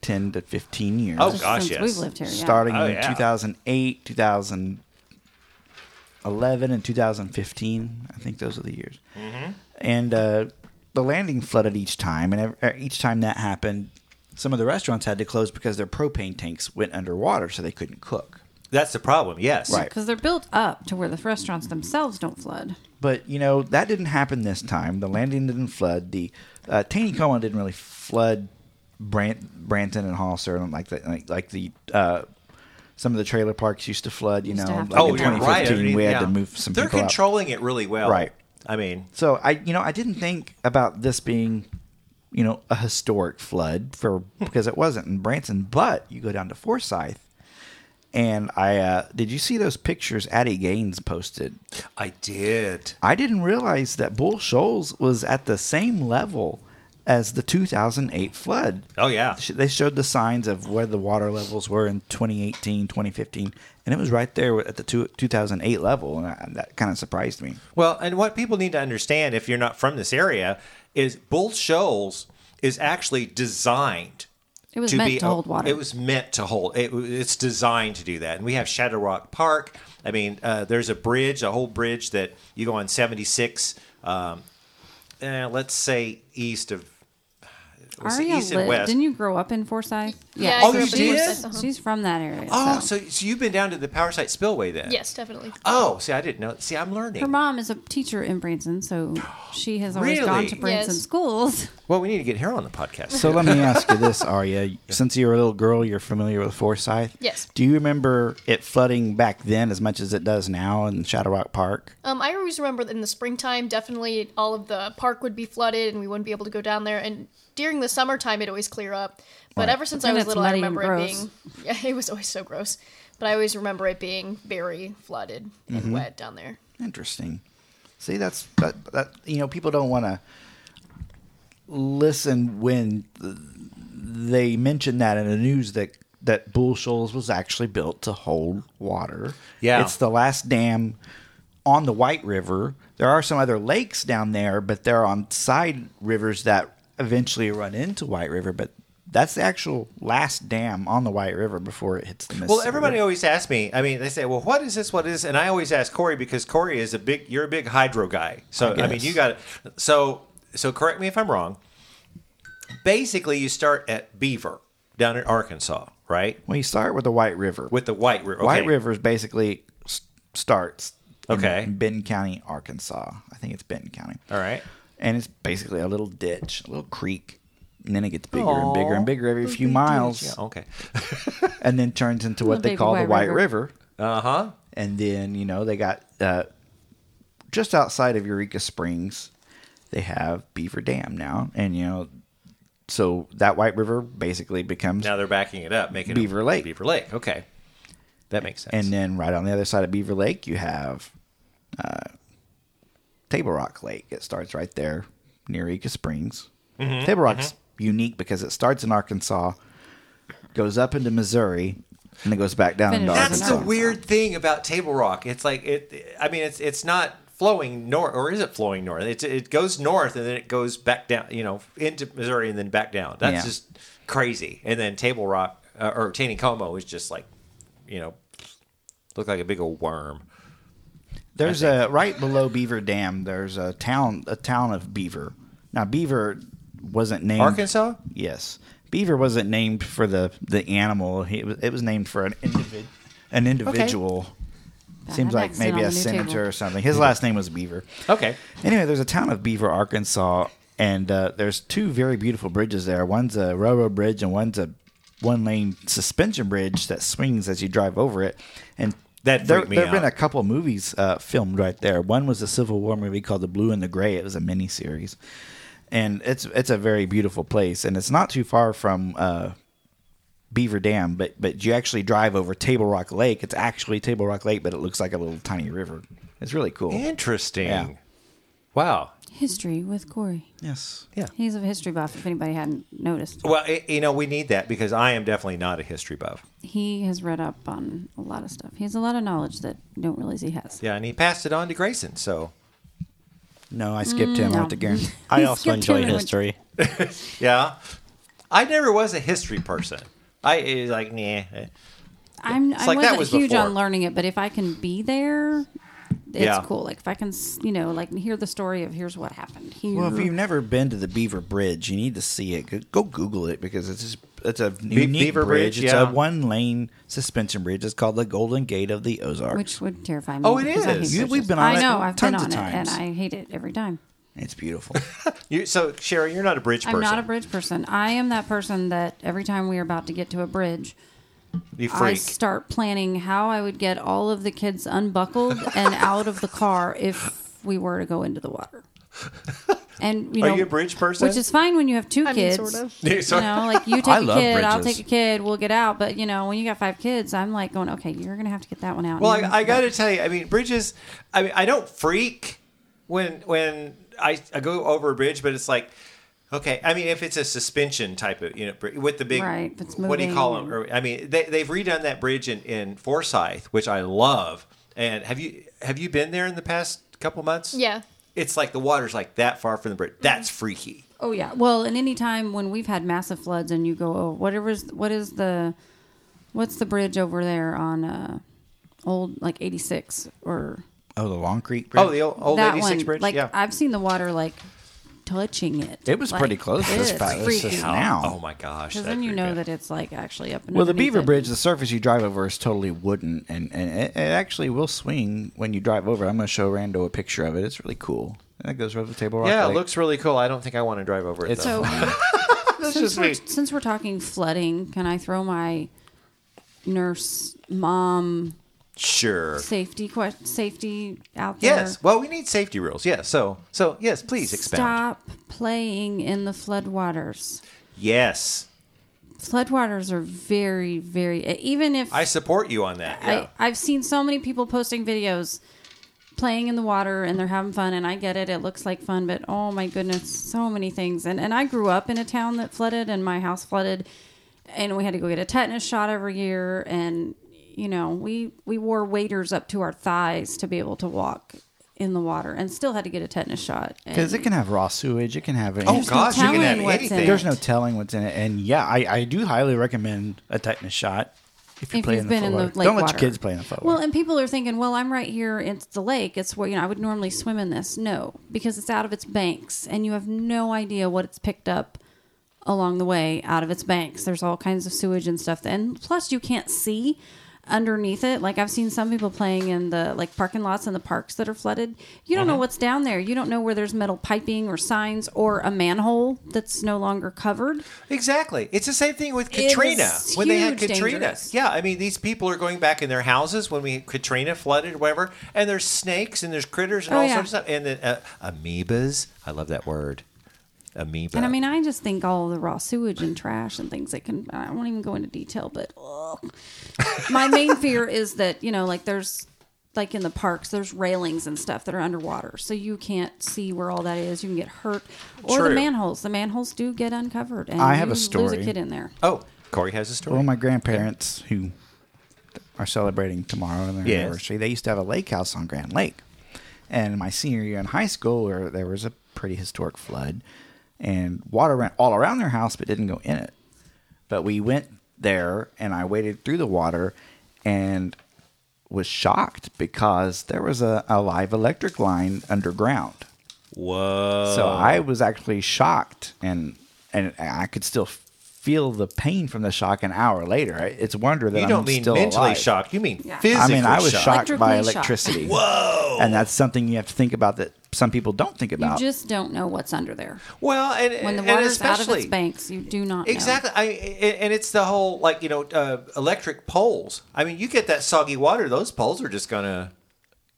Speaker 2: ten to fifteen years.
Speaker 1: Oh,
Speaker 3: just
Speaker 1: gosh,
Speaker 3: since
Speaker 1: yes.
Speaker 3: we've lived here, yeah.
Speaker 2: starting
Speaker 1: Oh,
Speaker 2: in
Speaker 1: yeah.
Speaker 2: 2008, 2011, and 2015. I think those are the years.
Speaker 1: Mm-hmm.
Speaker 2: And uh, the landing flooded each time, and ev- uh, each time that happened, some of the restaurants had to close because their propane tanks went underwater, so they couldn't cook.
Speaker 1: that's the problem. Yes,
Speaker 2: Right.
Speaker 3: Because they're built up to where the restaurants themselves don't flood.
Speaker 2: But you know that didn't happen this time. The landing didn't flood. The uh, Taney Como didn't really flood Brant, Branton and Hall or like the, like, like the uh, some of the trailer parks used to flood. You
Speaker 3: Used to
Speaker 2: know,
Speaker 3: have
Speaker 2: like
Speaker 3: to.
Speaker 2: in
Speaker 3: Oh,
Speaker 1: you're
Speaker 2: 2015, we had
Speaker 1: yeah.
Speaker 2: to move some
Speaker 1: They're
Speaker 2: people out.
Speaker 1: controlling it really well.
Speaker 2: Right.
Speaker 1: I mean,
Speaker 2: So I, you know, I didn't think about this being, you know, a historic flood for
Speaker 3: Hmm.
Speaker 2: because it wasn't in Branson. But you go down to Forsyth, and I uh, did you see those pictures Addie Gaines posted?
Speaker 1: I did.
Speaker 2: I didn't realize that Bull Shoals was at the same level as the 2008 flood.
Speaker 1: Oh yeah.
Speaker 2: Sh- They showed the signs of where the water levels were in 2018, 2015, and it was right there at the two, 2008 level, and I, that kind of surprised me.
Speaker 1: Well, and what people need to understand if you're not from this area is Bull Shoals is actually designed
Speaker 3: It was meant to hold water.
Speaker 1: It was meant to hold. It, it's designed to do that. And we have Shadow Rock Park. I mean, uh, there's a bridge, a whole bridge that you go on 76. Um, eh, let's say east of let's say
Speaker 3: Aria
Speaker 1: east
Speaker 3: lived-
Speaker 1: and west.
Speaker 3: Didn't you grow up in Forsyth?
Speaker 5: Yeah, I
Speaker 1: Oh,
Speaker 5: grew
Speaker 1: you
Speaker 5: up in
Speaker 1: did?
Speaker 5: Forsyth, uh-huh.
Speaker 3: She's from that area.
Speaker 1: oh,
Speaker 3: so.
Speaker 1: so, so you've been down to the Power Site Spillway then?
Speaker 5: Yes, definitely.
Speaker 1: Oh, see, I didn't know. See, I'm
Speaker 3: her
Speaker 1: learning.
Speaker 3: mom is a teacher in Branson, so she has always
Speaker 1: Really?
Speaker 3: gone to Branson
Speaker 5: Yes.
Speaker 3: schools.
Speaker 1: Well, we need to get her on the podcast.
Speaker 2: So let me ask you this, Arya. Since you're a little girl, you're familiar with Forsyth.
Speaker 5: Yes.
Speaker 2: Do you remember it flooding back then as much as it does now in Shadow Rock Park?
Speaker 5: Um, I always remember that in the springtime, definitely all of the park would be flooded and we wouldn't be able to go down there. And during the summertime, it always clear up. But ever since I
Speaker 3: then
Speaker 5: was
Speaker 3: it's
Speaker 5: little, I
Speaker 3: muddy and
Speaker 5: remember it
Speaker 3: gross.
Speaker 5: being yeah, it was always so gross. But I always remember it being very flooded and
Speaker 3: Mm-hmm.
Speaker 5: wet down there.
Speaker 2: Interesting. See, that's that. that you know, people don't want to listen when th- they mention that in the news that that Bull Shoals was actually built to hold water.
Speaker 1: Yeah.
Speaker 2: it's the last dam on the White River. There are some other lakes down there, but they're on side rivers that eventually run into White River. But That's the actual last dam on the White River before it hits the Mississippi.
Speaker 1: Well, everybody always asks me. I mean, they say, "Well, what is this? What is?" this?" And I always ask Corey because Corey is a big. You're a big hydro guy, so I,
Speaker 2: I
Speaker 1: mean,
Speaker 2: guess.
Speaker 1: you got it. So, so correct me if I'm wrong. Basically, you start at Beaver down in Arkansas, right?
Speaker 2: Well, you start with the White River.
Speaker 1: With the White River.
Speaker 2: White
Speaker 1: Okay.
Speaker 2: River is basically s- starts in
Speaker 1: Okay.
Speaker 2: Benton County, Arkansas. I think it's Benton County.
Speaker 1: All right.
Speaker 2: And it's basically a little ditch, a little creek. And then it gets bigger
Speaker 1: Aw, Oh.
Speaker 2: and bigger and bigger every few miles.
Speaker 1: Yeah, okay.
Speaker 2: And then turns into what
Speaker 3: Little
Speaker 2: they
Speaker 3: baby
Speaker 2: call the
Speaker 3: White
Speaker 2: White
Speaker 3: River.
Speaker 2: River.
Speaker 1: Uh huh.
Speaker 2: And then, you know, they got uh, just outside of Eureka Springs, they have Beaver Dam now. And, you know, so that White River basically becomes
Speaker 1: Now they're backing it up, making it
Speaker 2: Beaver Lake.
Speaker 1: Beaver Lake. Okay, that makes sense.
Speaker 2: And then right on the other side of Beaver Lake, you have uh, Table Rock Lake. It starts right there near Eureka Springs. Table Rock's unique because it starts in Arkansas, goes up into Missouri, and then goes back down into
Speaker 3: Finishes in
Speaker 2: Arkansas.
Speaker 1: That's the
Speaker 3: Arkansas.
Speaker 1: weird thing about Table Rock. It's like it. I mean, it's it's not flowing north, or is it flowing north? It it goes north and then it goes back down. You know, into Missouri and then back down. That's
Speaker 2: Yeah.
Speaker 1: just crazy. And then Table Rock uh, or Taneycomo is just like, you know, look like a big old worm.
Speaker 2: There's a right below Beaver Dam. There's a town, a town of Beaver. Now Beaver wasn't named
Speaker 1: Arkansas?
Speaker 2: Yes, Beaver wasn't named for the the animal. He- It was, it was named for an individ, an individual. Seems
Speaker 3: I've
Speaker 2: like
Speaker 3: accident
Speaker 2: maybe a
Speaker 3: on the new
Speaker 2: senator
Speaker 3: table.
Speaker 2: or something. His last name was Beaver.
Speaker 1: Okay.
Speaker 2: Anyway, there's a town of Beaver, Arkansas, and uh, there's two very beautiful bridges there. One's a railroad bridge, and one's a one lane suspension bridge that swings as you drive over it. And
Speaker 1: That
Speaker 2: there,
Speaker 1: freaked me
Speaker 2: there have been a
Speaker 1: out.
Speaker 2: couple movies uh, filmed right there. One was a Civil War movie called The Blue and the Gray. It was a mini series, and it's it's a very beautiful place, and it's not too far from. Uh, Beaver Dam, but but you actually drive over Table Rock Lake. It's actually Table Rock Lake, but it looks like a little tiny river. It's really cool.
Speaker 1: Interesting.
Speaker 2: Yeah.
Speaker 1: Wow.
Speaker 3: History with Corey.
Speaker 2: Yes.
Speaker 3: He's a history buff. If anybody hadn't noticed,
Speaker 1: Well, i you know, we need that because I am definitely not a history buff.
Speaker 3: he has read up on a lot of stuff. He has a lot of knowledge that you don't realize he has.
Speaker 1: Yeah, and he passed it on to Grayson. So
Speaker 2: No, I skipped him. I
Speaker 3: Mm, no.
Speaker 2: have to guarantee.
Speaker 4: I
Speaker 3: He's
Speaker 4: also
Speaker 3: skipped
Speaker 4: enjoy
Speaker 3: him and went-
Speaker 4: history.
Speaker 1: yeah, I never was a history person. I it was like nah.
Speaker 3: I'm. I
Speaker 1: like that
Speaker 3: wasn't
Speaker 1: was
Speaker 3: huge
Speaker 1: before.
Speaker 3: on learning it, but if I can be there, it's
Speaker 1: Yeah.
Speaker 3: cool. Like if I can, s- you know, like hear the story of here's what happened here.
Speaker 2: Well, if you've never been to the Beaver Bridge, you need to see it. Go- Go Google it because it's just, it's a unique
Speaker 1: Beaver
Speaker 2: bridge.
Speaker 1: Bridge,
Speaker 2: It's
Speaker 1: yeah.
Speaker 2: a one lane suspension bridge. It's called the Golden Gate of the Ozarks.
Speaker 3: which would terrify me.
Speaker 1: Oh, it
Speaker 3: because I hate
Speaker 1: is. You-
Speaker 3: bridges.
Speaker 2: we've been on
Speaker 3: I
Speaker 2: it
Speaker 3: know. I've been
Speaker 2: tons
Speaker 3: on
Speaker 2: of
Speaker 3: it, and
Speaker 2: times.
Speaker 3: I hate it every time.
Speaker 2: it's beautiful.
Speaker 1: You, so Sherry, you're not a bridge person.
Speaker 3: I'm not a bridge person. I am that person that every time we are about to get to a bridge,
Speaker 1: You
Speaker 3: I
Speaker 1: freak.
Speaker 3: start planning how I would get all of the kids unbuckled and out of the car if we were to go into the water. And you
Speaker 1: Are
Speaker 3: know,
Speaker 1: you a bridge person?
Speaker 3: Which is fine when you have two
Speaker 5: I mean,
Speaker 3: kids.
Speaker 5: sort of.
Speaker 1: Yeah,
Speaker 3: You
Speaker 1: sorry.
Speaker 3: know, like you take
Speaker 2: I
Speaker 3: a
Speaker 2: love
Speaker 3: kid, I'll
Speaker 2: bridges.
Speaker 3: take a kid, we'll get out. But you know, when you got five kids, I'm like going, okay, you're gonna have to get that one out.
Speaker 1: well,
Speaker 3: You're gonna
Speaker 1: I, I
Speaker 3: have to
Speaker 1: got to tell you, I mean, bridges. I mean, I don't freak when when I, I go over a bridge, but it's like, okay. I mean, if it's a suspension type of you know bri- with the big
Speaker 3: Right, if it's
Speaker 1: what do you call them?
Speaker 3: moving.
Speaker 1: Or, I mean, they they've redone that bridge in in Forsyth, which I love. And have you have you been there in the past couple months?
Speaker 5: Yeah.
Speaker 1: It's like the water's like that far from the bridge. That's freaky.
Speaker 3: Oh yeah. Well, and any time when we've had massive floods and you go, oh, whatever's what is the what's the bridge over there on uh old like 86 or
Speaker 2: oh, the Long Creek Bridge.
Speaker 1: Oh, the old, old
Speaker 3: that
Speaker 1: 86
Speaker 3: one
Speaker 1: bridge.
Speaker 3: like
Speaker 1: yeah.
Speaker 3: I've seen the water like touching it.
Speaker 2: It was
Speaker 3: Like,
Speaker 2: pretty close this
Speaker 3: it's
Speaker 2: past this
Speaker 3: freaky.
Speaker 2: is now.
Speaker 1: oh my gosh.
Speaker 3: Cuz
Speaker 1: that's
Speaker 3: then you
Speaker 1: pretty
Speaker 3: know
Speaker 1: bad.
Speaker 3: that it's like actually up and
Speaker 2: Well, the
Speaker 3: underneath
Speaker 2: Beaver
Speaker 3: it.
Speaker 2: Bridge, the surface you drive over is totally wooden, and, and it, it actually will swing when you drive over. it. I'm going to show Rando a picture of it. It's really cool. And it goes over the Table Rock.
Speaker 1: Yeah, it
Speaker 2: Lake.
Speaker 1: looks really cool. I don't think I want to drive over it.
Speaker 2: It's-
Speaker 1: though.
Speaker 3: So
Speaker 1: That's
Speaker 3: since
Speaker 1: just
Speaker 3: we're,
Speaker 1: me.
Speaker 3: since we're talking flooding, can I throw my nurse mom
Speaker 1: Sure.
Speaker 3: safety que- safety out there?
Speaker 1: Yes. Well, we need safety rules. Yes. So, so yes, please expound.
Speaker 3: Stop playing in the floodwaters.
Speaker 1: Yes,
Speaker 3: Floodwaters are very, very. e, Even if
Speaker 1: I support you on that. Yeah.
Speaker 3: I, I've seen so many people posting videos playing in the water and they're having fun, and I get it. It looks like fun, but oh my goodness, so many things. And and I grew up in a town that flooded, and my house flooded, and we had to go get a tetanus shot every year, and you know we we wore waders up to our thighs to be able to walk in the water and still had to get a tetanus shot.
Speaker 2: Because it
Speaker 3: And-
Speaker 2: can have raw sewage. It can have any-
Speaker 1: Oh
Speaker 3: no
Speaker 1: gosh, you can
Speaker 3: telling
Speaker 1: have
Speaker 3: what's in
Speaker 1: anything.
Speaker 3: it.
Speaker 2: There's no telling what's in it, and yeah, I, I do highly recommend a tetanus shot if you
Speaker 3: if
Speaker 2: play
Speaker 3: you've
Speaker 2: in the
Speaker 3: been
Speaker 2: flood
Speaker 3: in the
Speaker 2: water.
Speaker 3: lake
Speaker 2: Don't let
Speaker 3: water.
Speaker 2: your kids play in the flood
Speaker 3: Well,
Speaker 2: water.
Speaker 3: and people are thinking, well, I'm right here. It's the lake. It's where you know I would normally swim in this. No, because it's out of its banks, and you have no idea what it's picked up along the way out of its banks. There's all kinds of sewage and stuff, and plus you can't see underneath it. Like I've seen some people playing in the like parking lots and the parks that are flooded. You don't know what's down there. You don't know where there's metal piping or signs or a manhole that's no longer covered.
Speaker 1: Exactly. It's the same thing with
Speaker 3: It is
Speaker 1: Katrina when they had
Speaker 3: huge
Speaker 1: Katrina.
Speaker 3: dangerous.
Speaker 1: Yeah, I mean these people are going back in their houses when we Katrina flooded or whatever, and there's snakes and there's critters and
Speaker 3: Oh,
Speaker 1: all
Speaker 3: yeah.
Speaker 1: sorts of stuff and then, uh, amoebas. I love that word, amoeba.
Speaker 3: And I mean, I just think all the raw sewage and trash and things that can, I won't even go into detail, but ugh. my main fear is that, you know, like there's, like in the parks, there's railings and stuff that are underwater. So you can't see where all that is. You can get hurt. Or
Speaker 1: True.
Speaker 3: the manholes. The manholes do get uncovered. And
Speaker 2: I have
Speaker 3: you
Speaker 2: a
Speaker 3: Lose
Speaker 2: story.
Speaker 3: a kid in there.
Speaker 1: oh, Corey has a story.
Speaker 2: Well, my grandparents who are celebrating tomorrow on their
Speaker 1: Yes.
Speaker 2: anniversary, they used to have a lake house on Grand Lake. And my senior year in high school, where there was a pretty historic flood, and water ran all around their house, but didn't go in it. But we went there, and I waded through the water, and was shocked because there was a, a live electric line underground.
Speaker 1: Whoa.
Speaker 2: So I was actually shocked, and and I could still f- feel the pain from the shock an hour later. I- It's a wonder that
Speaker 1: you
Speaker 2: I'm
Speaker 1: don't mean
Speaker 2: still
Speaker 1: mentally
Speaker 2: alive.
Speaker 1: shocked. You mean
Speaker 3: Yeah. I mean,
Speaker 1: physically
Speaker 2: I mean, I was
Speaker 1: shocked.
Speaker 2: shocked by
Speaker 3: Electrically shocked.
Speaker 2: electricity. Whoa! And that's something you have to think about that some people don't think
Speaker 3: You
Speaker 2: about.
Speaker 3: just don't know what's under there.
Speaker 1: Well, and
Speaker 3: When the
Speaker 1: and
Speaker 3: water's out of
Speaker 1: especially-
Speaker 3: its banks, you do not know.
Speaker 1: Exactly. I and and it's the whole like you know uh, electric poles. I mean, you get that soggy water; those poles are just gonna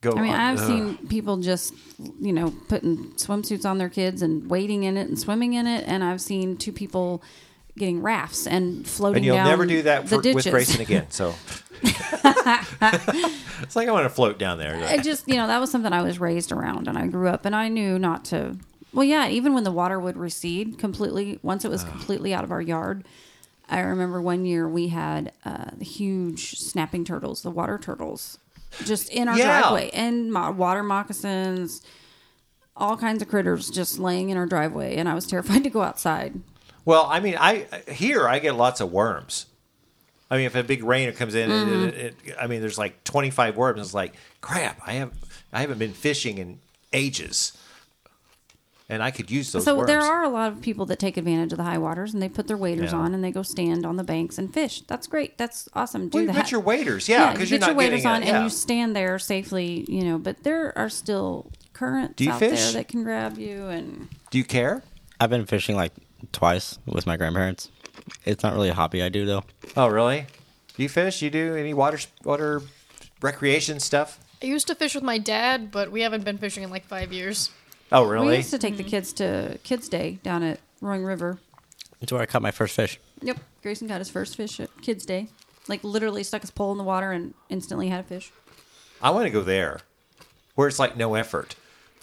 Speaker 1: go.
Speaker 3: I mean,
Speaker 1: on.
Speaker 3: I've
Speaker 1: Ugh.
Speaker 3: seen people just, you know, putting swimsuits on their kids and wading in it and swimming in it, and I've seen two people getting rafts and floating.
Speaker 1: And you'll
Speaker 3: down
Speaker 1: never do that
Speaker 3: the
Speaker 1: for, with
Speaker 3: ditches.
Speaker 1: Grayson again. So it's like I want to float down there.
Speaker 3: I just, you know, that was something I was raised around, and I grew up, and I knew not to. Well, yeah, even when the water would recede completely, once it
Speaker 1: Ah.
Speaker 3: was completely out of our yard, I remember one year we had uh, the huge snapping turtles, the water turtles, just in our
Speaker 1: Yeah.
Speaker 3: driveway, and mo- water moccasins, all kinds of critters just laying in our driveway, and I was terrified to go outside.
Speaker 1: Well, I mean, I here I get lots of worms. I mean, if a big rain comes in, it, it, it, I mean, there's like 25 worms. It's like crap. I have I haven't been fishing in ages, and I could use those.
Speaker 3: So
Speaker 1: worms.
Speaker 3: there are a lot of people that take advantage of the high waters, and they put their waders
Speaker 1: Yeah.
Speaker 3: on, and they go stand on the banks and fish. That's great. That's awesome. Do
Speaker 1: Well, you
Speaker 3: that.
Speaker 1: put your waders, yeah,
Speaker 3: you
Speaker 1: 'cause you're
Speaker 3: get your
Speaker 1: not
Speaker 3: waders
Speaker 1: getting
Speaker 3: on,
Speaker 1: it, yeah.
Speaker 3: and you stand there safely. You know, but there are still currents
Speaker 1: Do you
Speaker 3: out
Speaker 1: fish?
Speaker 3: there that can grab you, and
Speaker 1: Do you care?
Speaker 4: I've been fishing like twice with my grandparents. It's not really a hobby I do though.
Speaker 1: Oh, really? Do you fish? You do any water water recreation stuff?
Speaker 5: I used to fish with my dad, but we haven't been fishing in like five years.
Speaker 1: Oh,
Speaker 3: we
Speaker 1: really?
Speaker 3: used to take the kids to Kids Day down at Roaring River.
Speaker 4: It's where I caught my first fish.
Speaker 3: Yep, Grayson got his first fish at Kids Day. Like literally stuck his pole in the water and instantly had a fish.
Speaker 1: I want to go there, where it's like no effort.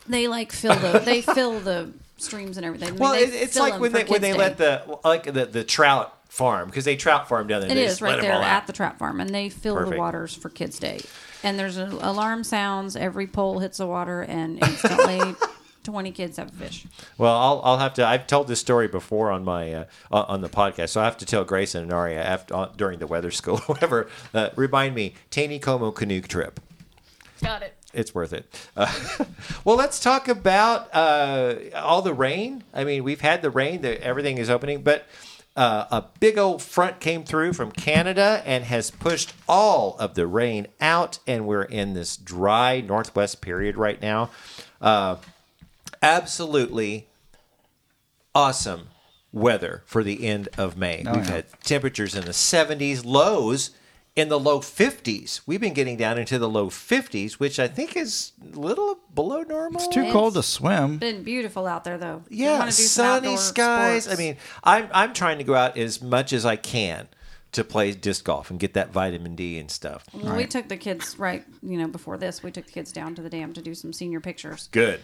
Speaker 3: They like fill the they fill the streams and everything. I mean,
Speaker 1: Well,
Speaker 3: they
Speaker 1: it, it's
Speaker 3: fill
Speaker 1: like
Speaker 3: them
Speaker 1: when
Speaker 3: for
Speaker 1: they when
Speaker 3: Kids
Speaker 1: they
Speaker 3: Day.
Speaker 1: let the like the, the trout farm because they trout farm down there.
Speaker 3: It
Speaker 1: and they just
Speaker 3: is
Speaker 1: let
Speaker 3: right
Speaker 1: 'em
Speaker 3: there
Speaker 1: all out.
Speaker 3: at the trap farm, and they fill
Speaker 1: Perfect.
Speaker 3: the waters for Kids Day. And there's an alarm sounds. Every pole hits the water, and instantly, twenty kids have a fish.
Speaker 1: Well, I'll, I'll have to. I've told this story before on my uh, uh, on the podcast, so I have to tell Grayson and Aria after, uh, during the weather school, or whatever. Uh, remind me, Taney Como canoe trip.
Speaker 5: Got it.
Speaker 1: It's worth it. Uh, well, let's talk about uh, all the rain. I mean, we've had the rain; the, everything is opening, but uh, a big old front came through from Canada and has pushed all of the rain out, and we're in this dry northwest period right now. Uh, absolutely awesome weather for the end of May. We've
Speaker 2: Oh, yeah.
Speaker 1: had temperatures in the 70s, lows in the low 50s. We've been getting down into the low 50s, which I think is a little below normal.
Speaker 2: it's too cold to swim.
Speaker 3: Been beautiful out there though. If you
Speaker 1: yeah,
Speaker 3: wanna do some
Speaker 1: sunny
Speaker 3: outdoor
Speaker 1: skies.
Speaker 3: sports.
Speaker 1: I mean, I'm I'm trying to go out as much as I can to play disc golf and get that vitamin D and stuff.
Speaker 3: Well, we took the kids right. You know, before this, we took the kids down to the dam to do some senior pictures.
Speaker 1: Good.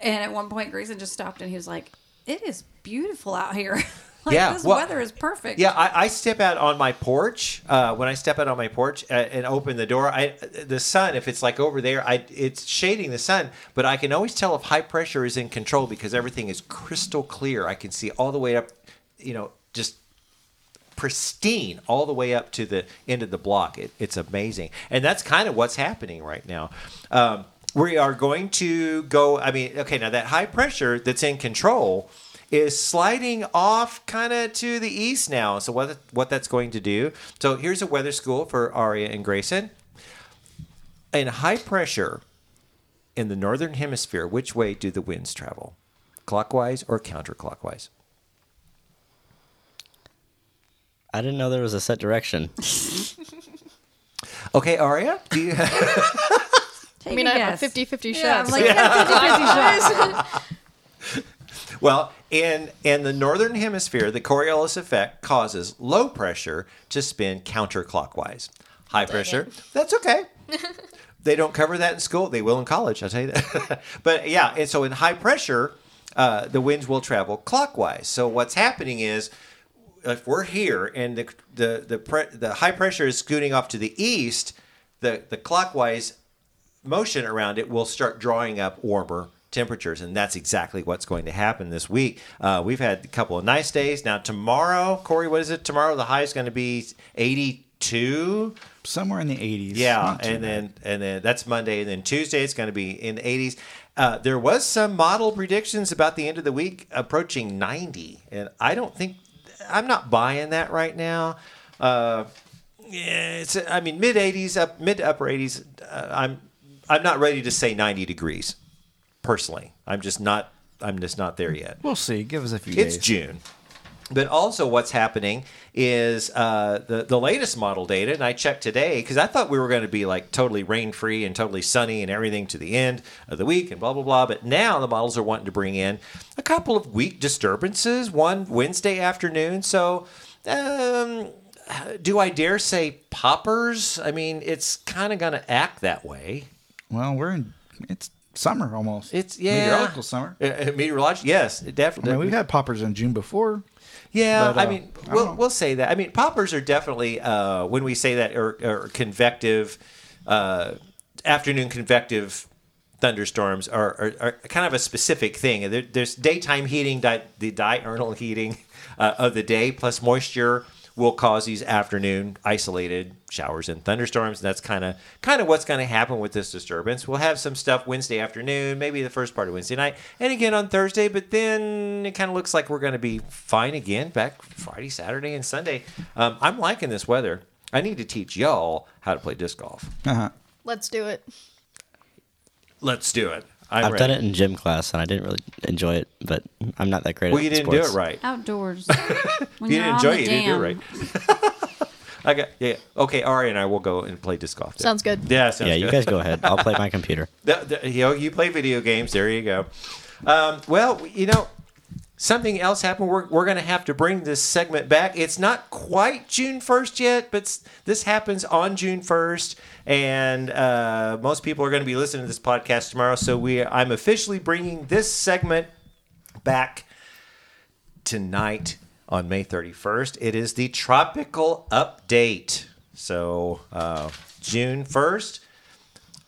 Speaker 3: And at one point, Grayson just stopped and he was like, "It is beautiful out here." Like,
Speaker 1: Yeah,
Speaker 3: this
Speaker 1: well-
Speaker 3: weather is perfect.
Speaker 1: Yeah, I, I step out on my porch. Uh, when I step out on my porch uh, and open the door, I the sun. If it's like over there, I it's shading the sun, but I can always tell if high pressure is in control because everything is crystal clear. I can see all the way up, you know, just pristine all the way up to the end of the block. It, it's amazing, and that's kind of what's happening right now. Um, we are going to go. I mean, okay, now that high pressure that's in control is sliding off kind of to the east now. So what what that's going to do? So here's a weather school for Aria and Grayson. In high pressure in the northern hemisphere, which way do the winds travel? Clockwise or counterclockwise?
Speaker 4: I didn't know there was a set direction.
Speaker 1: Okay, Aria, do you
Speaker 3: Take
Speaker 5: I mean,
Speaker 3: a
Speaker 5: I have a
Speaker 3: guess.
Speaker 5: 50 50 shot.
Speaker 3: Yeah, I'm
Speaker 5: so-
Speaker 3: like, yeah. 50
Speaker 1: Well, in in the northern hemisphere, the Coriolis effect causes low pressure to spin counterclockwise. High pressure, that's okay. they don't cover that in school. They will in college, I'll tell you that. but yeah, and so in high pressure, uh, the winds will travel clockwise. So what's happening is if we're here and the the the, pre- the high pressure is scooting off to the east, the the clockwise motion around it will start drawing up warmer temperatures and that's exactly what's going to happen this week uh, we've had a couple of nice days now tomorrow corey what is it tomorrow the high is going to be 82
Speaker 2: Somewhere in the 80s.
Speaker 1: yeah
Speaker 2: Not too
Speaker 1: and
Speaker 2: bad.
Speaker 1: then and then that's monday and then tuesday it's going to be in the 80s uh, there was some model predictions about the end of the week approaching 90 and i don't think i'm not buying that right now uh, yeah, it's i mean mid 80s up mid to upper 80s uh, i'm i'm not ready to say 90 degrees personally i'm just not i'm just not there yet
Speaker 2: We'll see. Give us a few
Speaker 1: it's
Speaker 2: days.
Speaker 1: June. But also, what's happening is uh, the the latest model data, and I checked today because I thought we were going to be like totally rain free and totally sunny and everything to the end of the week and blah blah blah. But now the models are wanting to bring in a couple of weak disturbances. One Wednesday afternoon, so. Um, do I dare say poppers? I mean, it's kind of going to act that way.
Speaker 2: Well, we're in. It's summer almost.
Speaker 1: It's yeah,
Speaker 2: Meteorological summer.
Speaker 1: Uh, uh, meteorological, yes, it
Speaker 2: I
Speaker 1: definitely.
Speaker 2: mean, we've had poppers in June before.
Speaker 1: Yeah,
Speaker 2: But,
Speaker 1: I
Speaker 2: uh,
Speaker 1: mean,
Speaker 2: I don't
Speaker 1: we'll
Speaker 2: know.
Speaker 1: we'll say that. I mean, poppers are definitely uh, when we say that or, or convective uh, afternoon convective thunderstorms are, are, are kind of a specific thing. There, there's daytime heating, di- the diurnal heating uh, of the day plus moisture will cause these afternoon isolated showers and thunderstorms. And that's kind of kind of what's going to happen with this disturbance. We'll have some stuff Wednesday afternoon, maybe the first part of Wednesday night, and again on Thursday. But then it kind of looks like we're going to be fine again back Friday, Saturday, and Sunday. Um, I'm liking this weather. I need to teach y'all how to play disc golf.
Speaker 5: Let's do it.
Speaker 1: Let's do it. I'm
Speaker 4: I've
Speaker 1: ready.
Speaker 4: done it in gym class and I didn't really enjoy it, but I'm not that great
Speaker 1: Well,
Speaker 4: at
Speaker 1: you didn't
Speaker 4: sports.
Speaker 1: do it right.
Speaker 3: Outdoors. When
Speaker 1: You
Speaker 3: you're
Speaker 1: didn't
Speaker 3: on
Speaker 1: enjoy it.
Speaker 3: the
Speaker 1: You didn't do it
Speaker 3: dam.
Speaker 1: right. I got yeah. Okay, Ari and I will go and play disc golf. then.
Speaker 5: Sounds good.
Speaker 1: Yeah, sounds
Speaker 4: Yeah,
Speaker 1: good.
Speaker 4: you guys go ahead. I'll play my computer.
Speaker 1: The- the- you know, you play video games. There you go. Um, well, you know, something else happened. We're, we're going to have to bring this segment back. It's not quite June 1st yet, but s- this happens on June 1st. And uh, most people are going to be listening to this podcast tomorrow. So we, I'm officially bringing this segment back tonight on May 31st. It is the tropical update. So, uh, June 1st,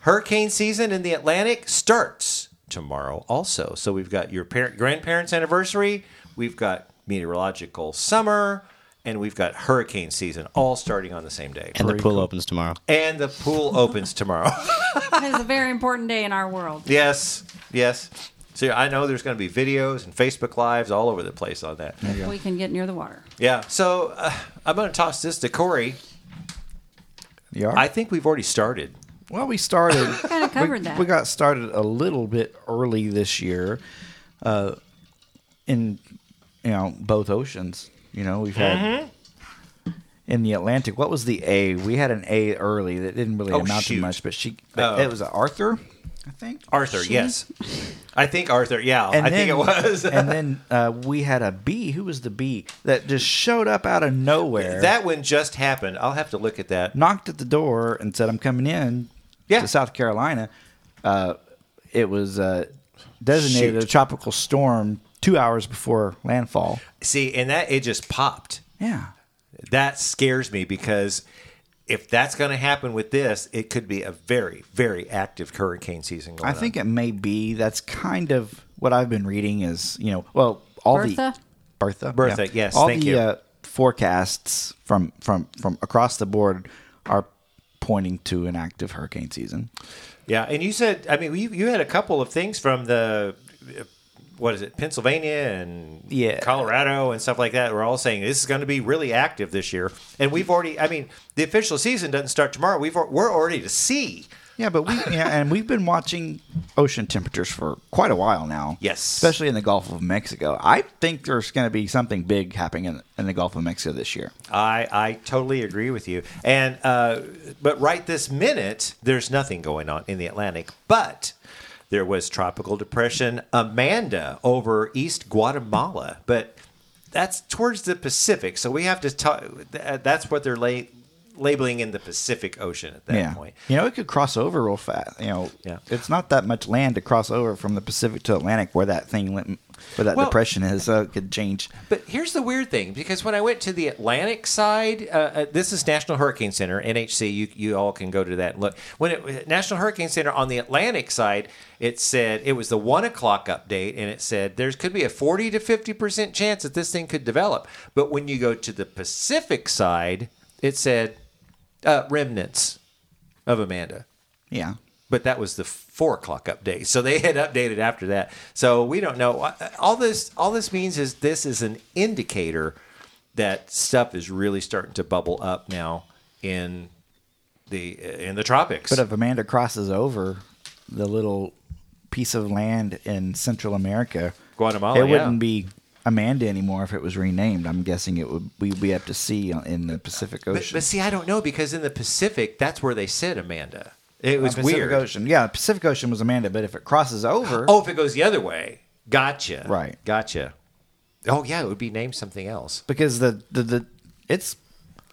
Speaker 1: hurricane season in the Atlantic starts tomorrow also. So, we've got your parent, grandparents' anniversary, we've got meteorological summer, and we've got hurricane season all starting on the same day.
Speaker 4: And the pool opens tomorrow.
Speaker 1: And the pool opens tomorrow.
Speaker 3: It's a very important day in our world.
Speaker 1: yes, yes. So, I know there's going to be videos and Facebook Lives all over the place on that.
Speaker 3: We can get near the water.
Speaker 1: Yeah. So uh, I'm going to toss this to Corey.
Speaker 2: You are?
Speaker 1: I think we've already started.
Speaker 2: well, we started.
Speaker 3: Kind of covered
Speaker 2: we,
Speaker 3: that.
Speaker 2: we got started a little bit early this year, uh, in you know both oceans. You know we've had
Speaker 1: Mm-hmm.
Speaker 2: in the Atlantic. What was the A? We had an A early that didn't really
Speaker 1: Oh,
Speaker 2: amount
Speaker 1: shoot.
Speaker 2: to much, but she.
Speaker 1: Oh.
Speaker 2: It was Arthur, I think.
Speaker 1: Arthur,
Speaker 2: She-
Speaker 1: yes. I think Arthur. Yeah, I think it was.
Speaker 2: and then uh, we had a bee. Who was the bee that just showed up out of nowhere?
Speaker 1: that one just happened. I'll have to look at that.
Speaker 2: knocked at the door and said, "I'm coming in
Speaker 1: Yeah.
Speaker 2: to South Carolina." Uh, it was uh, designated
Speaker 1: Shoot.
Speaker 2: a tropical storm two hours before landfall.
Speaker 1: See, and that it just popped.
Speaker 2: Yeah.
Speaker 1: That scares me because if that's going to happen with this, it could be a very, very active hurricane season going
Speaker 2: I
Speaker 1: on.
Speaker 2: think it may be. That's kind of what I've been reading is, you know, well, all
Speaker 3: Bertha?
Speaker 2: the Bertha.
Speaker 1: Bertha, yes,
Speaker 2: All
Speaker 1: thank
Speaker 2: the
Speaker 1: you.
Speaker 2: Uh, forecasts from from from across the board are pointing to an active hurricane season.
Speaker 1: Yeah, and you said, I mean, you, you had a couple of things from the what is it, Pennsylvania and
Speaker 2: Yeah.
Speaker 1: Colorado and stuff like that. We're all saying this is going to be really active this year, and we've already, I mean, the official season doesn't start tomorrow. We've al- we're already to see.
Speaker 2: Yeah, but we yeah, and we've been watching ocean temperatures for quite a while now.
Speaker 1: Yes.
Speaker 2: especially in the Gulf of Mexico. I think there's going to be something big happening in, in the Gulf of Mexico this year.
Speaker 1: I I totally agree with you, and uh, but right this minute, there's nothing going on in the Atlantic, but. There was tropical depression Amanda over East Guatemala, but that's towards the Pacific. So we have to talk. That's what they're la- labeling in the Pacific Ocean at that
Speaker 2: yeah,
Speaker 1: point.
Speaker 2: you know it could cross over real fast. You know,
Speaker 1: Yeah.
Speaker 2: it's not that much land to cross over from the Pacific to Atlantic where that thing went, where that
Speaker 1: Well-
Speaker 2: depression is. So it could change.
Speaker 1: But here's the weird thing, because when I went to the Atlantic side, uh, uh, this is National Hurricane Center (NHC). You you all can go to that and look. When it National Hurricane Center on the Atlantic side, it said it was the one o'clock update, and it said there's could be a forty to fifty percent chance that this thing could develop. But when you go to the Pacific side, it said uh, remnants of Amanda
Speaker 2: Yeah,
Speaker 1: but that was the four o'clock update. So they had updated after that. So we don't know. All this all this means is this is an indicator that stuff is really starting to bubble up now in the in the tropics.
Speaker 2: but if Amanda crosses over the little piece of land in Central America,
Speaker 1: Guatemala,
Speaker 2: it
Speaker 1: yeah.
Speaker 2: wouldn't be. Amanda anymore if it was renamed. I'm guessing it would we'd be up to sea in the Pacific Ocean.
Speaker 1: but, but see, I don't know because in the Pacific, that's where they said Amanda. It was
Speaker 2: Pacific
Speaker 1: weird.
Speaker 2: Ocean. Yeah, Pacific Ocean was Amanda, but if it crosses over,
Speaker 1: Oh, if it goes the other way, gotcha.
Speaker 2: Right.
Speaker 1: gotcha. Oh yeah, it would be named something else.
Speaker 2: because the, the the it's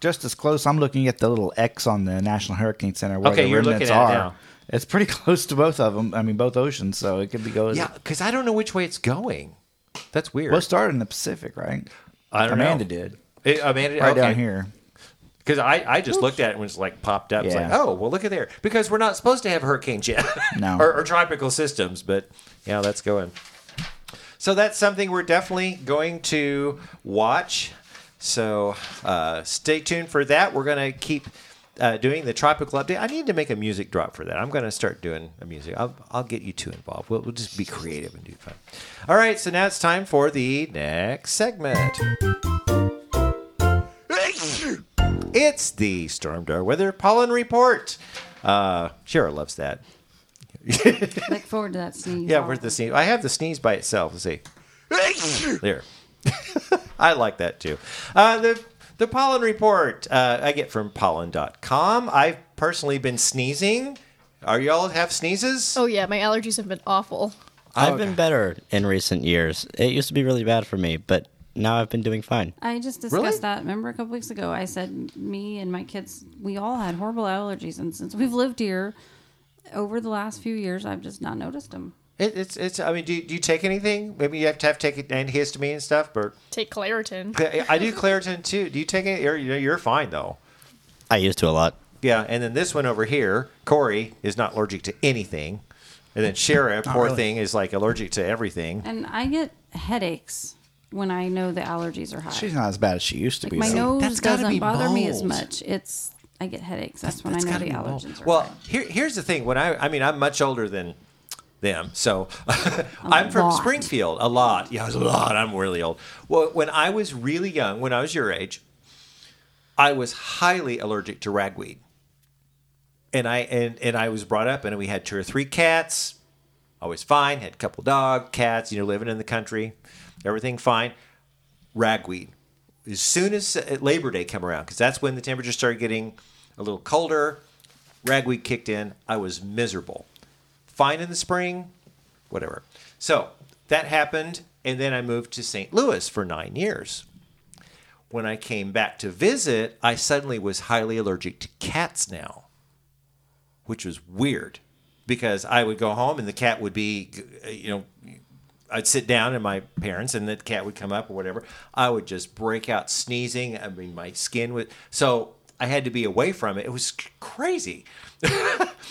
Speaker 2: just as close. I'm looking at the little X on the National Hurricane Center where
Speaker 1: Okay,
Speaker 2: the
Speaker 1: you're looking
Speaker 2: remnants
Speaker 1: at it
Speaker 2: are.
Speaker 1: now.
Speaker 2: It's pretty close to both of them. I mean, both oceans, so it could be going.
Speaker 1: Yeah, because I don't know which way it's going. That's weird.
Speaker 2: well, it started in the Pacific, right?
Speaker 1: I don't know.
Speaker 2: Amanda did
Speaker 1: It- Amanda,
Speaker 2: right
Speaker 1: okay.
Speaker 2: down here.
Speaker 1: Because I, I just looked at it when it's like popped up. It's like,
Speaker 2: Yeah.
Speaker 1: oh, well, look at there. Because we're not supposed to have hurricanes yet.
Speaker 2: No.
Speaker 1: or, or tropical systems, but yeah, that's going. So that's something we're definitely going to watch. So uh, stay tuned for that. We're going to keep uh, doing the tropical update. I need to make a music drop for that. I'm going to start doing a music. I'll, I'll get you two involved. We'll, we'll just be creative and do fun. All right, so now it's time for the next segment. It's the Storm Door Weather Pollen Report. Uh, Shara loves that.
Speaker 3: Look forward to that sneeze.
Speaker 1: Yeah, where's the sneeze? I have the sneeze by itself. Let's see. There. I like that too. Uh, the the pollen report uh, I get from pollen.com. I've personally been sneezing. Are y'all have sneezes?
Speaker 5: Oh yeah, my allergies have been awful.
Speaker 4: I've been better in recent years. It used to be really bad for me, but now I've been doing fine.
Speaker 3: I just discussed that. Remember a couple weeks ago, I said me and my kids, we all had horrible allergies, and since we've lived here over the last few years, I've just not noticed them.
Speaker 1: It, it's it's. I mean, do, you- do you take anything? Maybe you have to have to take antihistamine and stuff. But
Speaker 5: Take Claritin.
Speaker 1: I do Claritin too. Do you take it? You're, you're fine though.
Speaker 4: I used to a lot.
Speaker 1: Yeah, and then this one over here, Corey is not allergic to anything, and then Shara, poor thing, is like allergic to everything.
Speaker 3: And I get headaches when I know the allergies are high.
Speaker 2: She's not as bad as she used to
Speaker 3: like
Speaker 2: be.
Speaker 3: my
Speaker 2: though.
Speaker 3: nose
Speaker 1: that's gotta be
Speaker 3: doesn't bother me as
Speaker 1: mold.
Speaker 3: much. It's I get headaches. That's, when I know the allergies are
Speaker 1: Well,
Speaker 3: high.
Speaker 1: here, here's the thing. When I, I mean, I'm much older than them, so I'm from
Speaker 3: lot.
Speaker 1: Springfield. A lot, yeah, I was a lot. I'm really old. Well, when I was really young, when I was your age, I was highly allergic to ragweed, and I and and I was brought up, and we had two or three cats. Always fine. Had a couple dog, cats. You know, living in the country, everything fine. Ragweed. As soon as uh, Labor Day come around, because that's when the temperatures started getting a little colder, ragweed kicked in. I was miserable. Fine in the spring, whatever. So that happened, and then I moved to St. Louis for nine years. When I came back to visit, I suddenly was highly allergic to cats now, which was weird because I would go home and the cat would be, you know, I'd sit down and my parents and the cat would come up or whatever. I would just break out sneezing. I mean, my skin would. So I had to be away from it. It was c- crazy.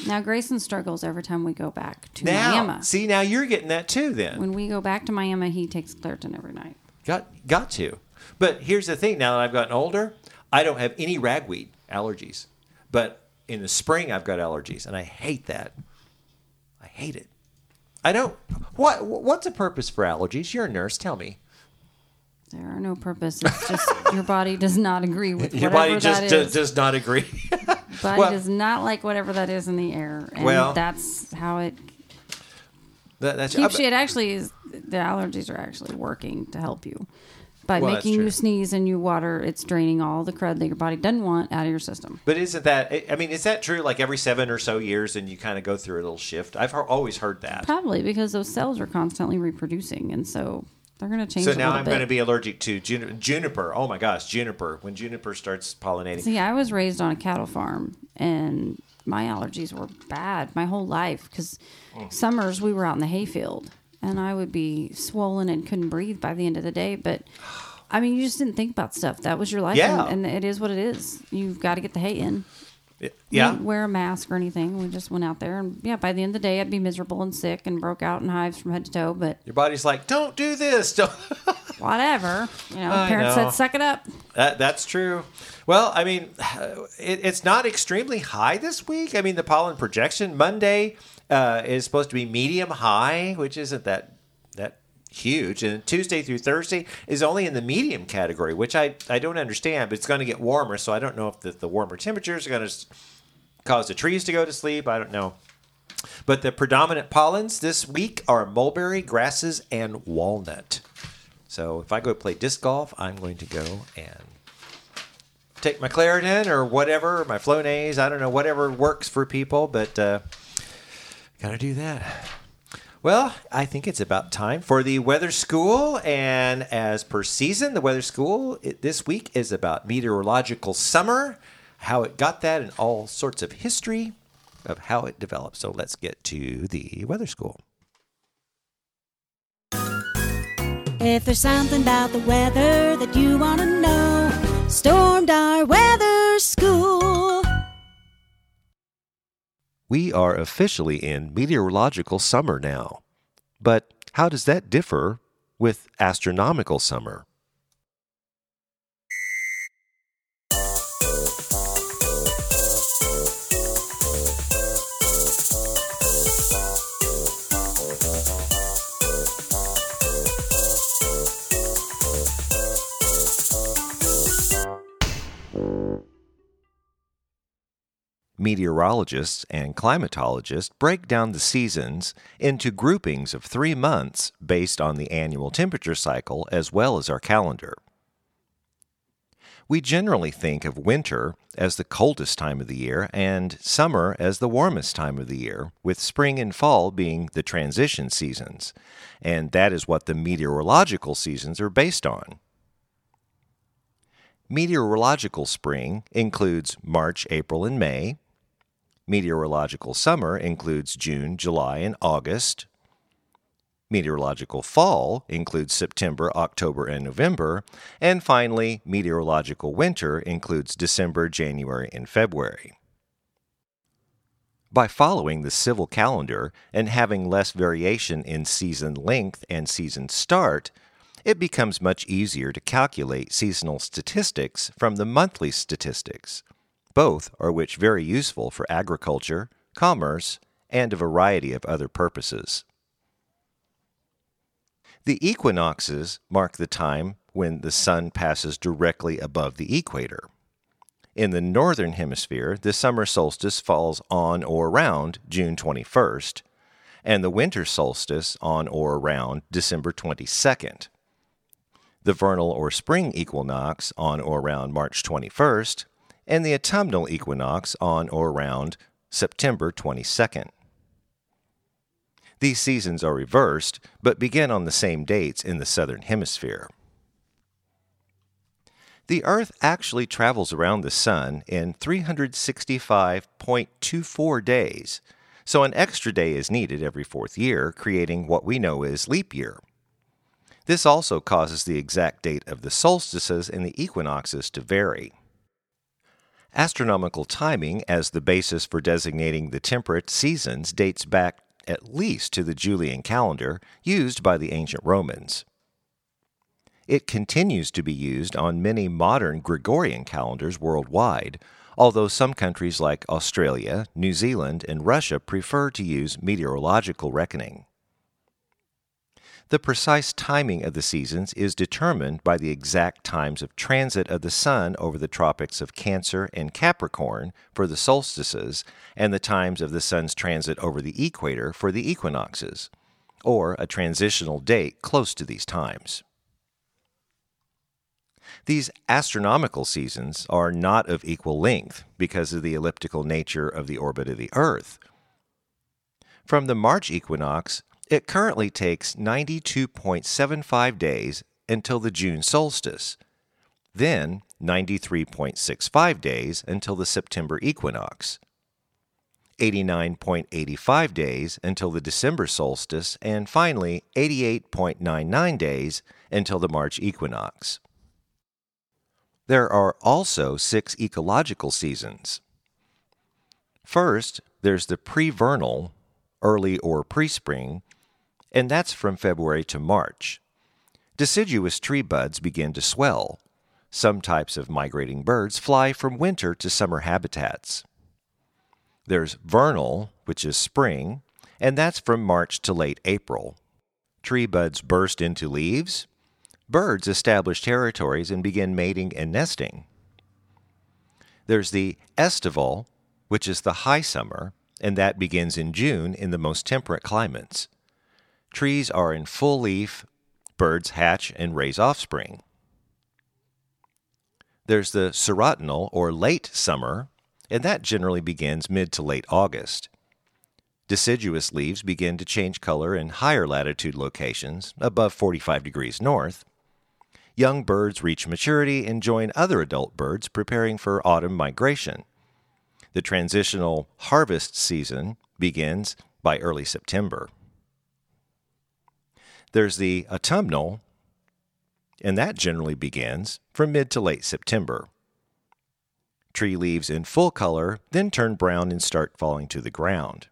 Speaker 3: Now Grayson struggles every time we go back to
Speaker 1: Now,
Speaker 3: Miami.
Speaker 1: see, now you're getting that too. Then
Speaker 3: When we go back to Miami, he takes Claritin every night.
Speaker 1: got got to. But here's the thing. Now that I've gotten older, I don't have any ragweed allergies. But in the spring, I've got allergies, and I hate that. I hate it. I don't. What What's the purpose for allergies? You're a nurse. Tell me.
Speaker 3: There are no purposes. Just your body does not agree with
Speaker 1: Your
Speaker 3: whatever
Speaker 1: body
Speaker 3: that
Speaker 1: just
Speaker 3: is.
Speaker 1: does, does not agree.
Speaker 3: body
Speaker 1: well-
Speaker 3: does not like whatever that is in the air, and
Speaker 1: Well-
Speaker 3: that's how it
Speaker 1: That- that's
Speaker 3: keeps
Speaker 1: I-
Speaker 3: you. It actually is. The allergies are actually working to help you by
Speaker 1: Well, that's
Speaker 3: making
Speaker 1: true.
Speaker 3: you sneeze and you water. It's draining all the crud that your body doesn't want out of your system.
Speaker 1: But isn't that? I- I mean, is that true? Like every seven or so years, and you kind of go through a little shift. I've he- always heard that.
Speaker 3: Probably because those cells are constantly reproducing, and so they're going to change.
Speaker 1: So
Speaker 3: a
Speaker 1: now
Speaker 3: little
Speaker 1: I'm
Speaker 3: bit.
Speaker 1: going to be allergic to jun- juniper. Oh my gosh, juniper! When juniper starts pollinating,
Speaker 3: See, I was raised on a cattle farm, and my allergies were bad my whole life because
Speaker 1: Mm.
Speaker 3: summers we were out in the hayfield, and I would be swollen and couldn't breathe by the end of the day. But I mean, you just didn't think about stuff. That was your life,
Speaker 1: Yeah.
Speaker 3: and, and it is what it is. You've got to get the hay in. We
Speaker 1: yeah,
Speaker 3: didn't wear a mask or anything. We just went out there, and yeah, by the end of the day, I'd be miserable and sick and broke out in hives from head to toe. But
Speaker 1: your body's like, don't do this. Don't.
Speaker 3: whatever, you know,
Speaker 1: I
Speaker 3: parents
Speaker 1: know.
Speaker 3: said, "Suck it up."
Speaker 1: that, that's true. Well, I mean, it, it's not extremely high this week. I mean, the pollen projection Monday uh, is supposed to be medium high, which isn't that that huge. And Tuesday through Thursday is only in the medium category, which I I don't understand. But it's going to get warmer, so I don't know if the, the warmer temperatures are going to cause the trees to go to sleep. I don't know. But the predominant pollens this week are mulberry, grasses, and walnut. So if I go play disc golf, I'm going to go and take my Claritin or whatever, my Flonase, I don't know, whatever works for people, but uh, gotta do that. Well, I think it's about time for the weather school. And as per season, the weather school it, this week is about meteorological summer, how it got that, and all sorts of history of how it developed. So let's get to the weather school.
Speaker 6: If there's something about the weather that you want to know, stormed our weather school.
Speaker 1: We are officially in meteorological summer now. But how does that differ with astronomical summer? Meteorologists and climatologists break down the seasons into groupings of three months based on the annual temperature cycle as well as our calendar. We generally think of winter as the coldest time of the year and summer as the warmest time of the year, with spring and fall being the transition seasons. And that is what the meteorological seasons are based on. Meteorological spring includes March, April, and May. Meteorological summer includes June, July, and August. Meteorological fall includes September, October, and November. And finally, meteorological winter includes December, January, and February. By following the civil calendar and having less variation in season length and season start, it becomes much easier to calculate seasonal statistics from the monthly statistics, both are which very useful for agriculture, commerce, and a variety of other purposes. The equinoxes mark the time when the sun passes directly above the equator. In the northern hemisphere, the summer solstice falls on or around June 21st, and the winter solstice on or around December 22nd. The vernal or spring equinox on or around March 21st, and the autumnal equinox on or around September 22nd. These seasons are reversed, but begin on the same dates in the southern hemisphere. The Earth actually travels around the Sun in 365.24 days, so an extra day is needed every fourth year, creating what we know as leap year. This also causes the exact date of the solstices and the equinoxes to vary. Astronomical timing as the basis for designating the temperate seasons dates back at least to the Julian calendar used by the ancient Romans. It continues to be used on many modern Gregorian calendars worldwide, although some countries like Australia, New Zealand, and Russia prefer to use meteorological reckoning. The precise timing of the seasons is determined by the exact times of transit of the Sun over the tropics of Cancer and Capricorn for the solstices, and the times of the Sun's transit over the equator for the equinoxes, or a transitional date close to these times. These astronomical seasons are not of equal length because of the elliptical nature of the orbit of the Earth. From the March equinox, it currently takes 92.75 days until the June solstice, then 93.65 days until the September equinox, 89.85 days until the December solstice, and finally 88.99 days until the March equinox. There are also six ecological seasons. First, there's the prevernal, early or pre spring, and that's from February to March. Deciduous tree buds begin to swell. Some types of migrating birds fly from winter to summer habitats. There's vernal, which is spring, and that's from March to late April. Tree buds burst into leaves. Birds establish territories and begin mating and nesting. There's the estival, which is the high summer, and that begins in June in the most temperate climates. Trees are in full leaf, birds hatch and raise offspring. There's the serotinal or late summer, and that generally begins mid to late August. Deciduous leaves begin to change color in higher latitude locations, above 45 degrees north. Young birds reach maturity and join other adult birds preparing for autumn migration. The transitional harvest season begins by early September. There's the autumnal, and that generally begins from mid to late September. Tree leaves in full color then turn brown and start falling to the ground.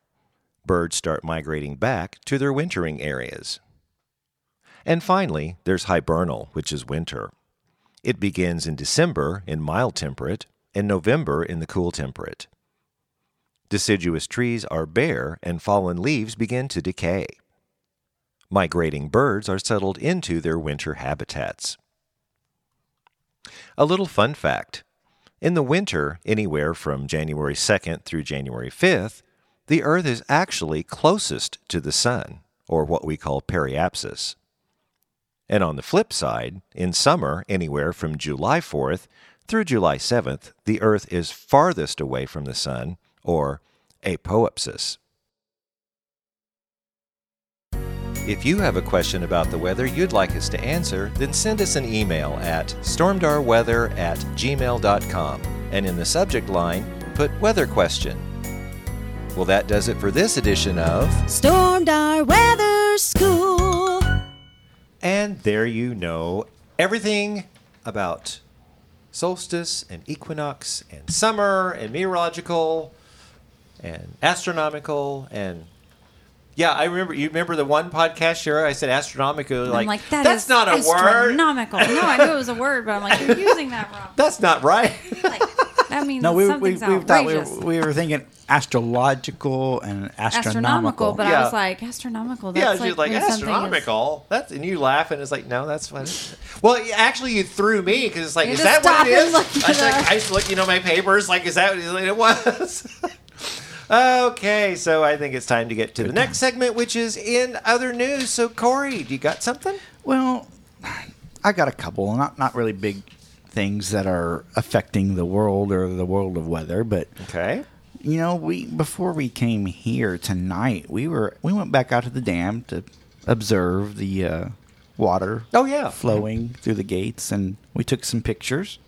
Speaker 1: Birds start migrating back to their wintering areas. And finally, there's hibernal, which is winter. It begins in December in mild temperate and November in the cool temperate. Deciduous trees are bare and fallen leaves begin to decay. Migrating birds are settled into their winter habitats. A little fun fact in the winter, anywhere from January 2nd through January 5th, the Earth is actually closest to the Sun, or what we call periapsis. And on the flip side, in summer, anywhere from July 4th through July 7th, the Earth is farthest away from the Sun, or apoapsis. If you have a question about the weather you'd like us to answer, then send us an email at stormdarweather at gmail.com and in the subject line, put weather question. Well, that does it for this edition of.
Speaker 6: Stormed our weather school.
Speaker 1: And there you know everything about solstice and equinox and summer and meteorological and astronomical and yeah, I remember you remember the one podcast Shara I said astronomical like,
Speaker 3: I'm like
Speaker 1: that's
Speaker 3: is
Speaker 1: not a word.
Speaker 3: astronomical. no, I knew it was a word, but I'm like you're using that wrong.
Speaker 1: That's not right.
Speaker 3: Like, that means
Speaker 2: No, we, we, we
Speaker 3: something's
Speaker 2: thought we
Speaker 3: outrageous.
Speaker 2: were, we were thinking astrological and astronomical.
Speaker 3: astronomical, but
Speaker 1: Yeah.
Speaker 3: I was like astronomical.
Speaker 1: yeah,
Speaker 3: That's
Speaker 1: she's like,
Speaker 3: like, when something is-
Speaker 1: astronomical. That's and you laugh and it's like no, that's funny. Well, you- actually, you threw me because it's like
Speaker 3: You
Speaker 1: is that
Speaker 3: just
Speaker 1: what
Speaker 3: stopped
Speaker 1: it
Speaker 3: and
Speaker 1: is? I
Speaker 3: looked
Speaker 1: was
Speaker 3: it
Speaker 1: like,
Speaker 3: up.
Speaker 1: I used to look, you know, my papers. Like, is that what it was? okay, so I think it's time to get to the next segment, which is in other news. So Corey, do you got something?
Speaker 2: Well, I got a couple, not not really big things that are affecting the world or the world of weather, but
Speaker 1: Okay.
Speaker 2: you know, we before we came here tonight, we were we went back out to the dam to observe the uh, water.
Speaker 1: Oh, yeah.
Speaker 2: flowing through the gates, and we took some pictures,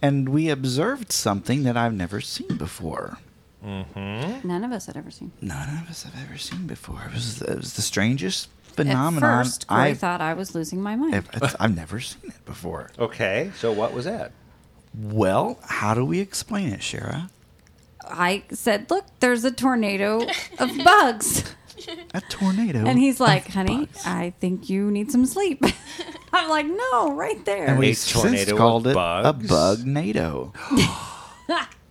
Speaker 2: and we observed something that I've never seen before.
Speaker 3: None of us had ever seen.
Speaker 2: None of us have ever seen before. It was, it was the strangest phenomenon.
Speaker 3: At first, Corey
Speaker 2: I've-
Speaker 3: thought I was losing my mind.
Speaker 2: I've, it's- I've never seen it before.
Speaker 1: Okay, so what was that?
Speaker 2: Well, how do we explain it, Shara?
Speaker 3: I said, "Look, there's a tornado of bugs,"
Speaker 2: A tornado.
Speaker 3: and he's like,
Speaker 2: of
Speaker 3: "Honey,
Speaker 2: bugs.
Speaker 3: I think you need some sleep." I'm like, "No, right there."
Speaker 2: and we
Speaker 1: A
Speaker 2: since
Speaker 1: tornado of
Speaker 2: called it
Speaker 1: bugs?
Speaker 2: a bug NATO.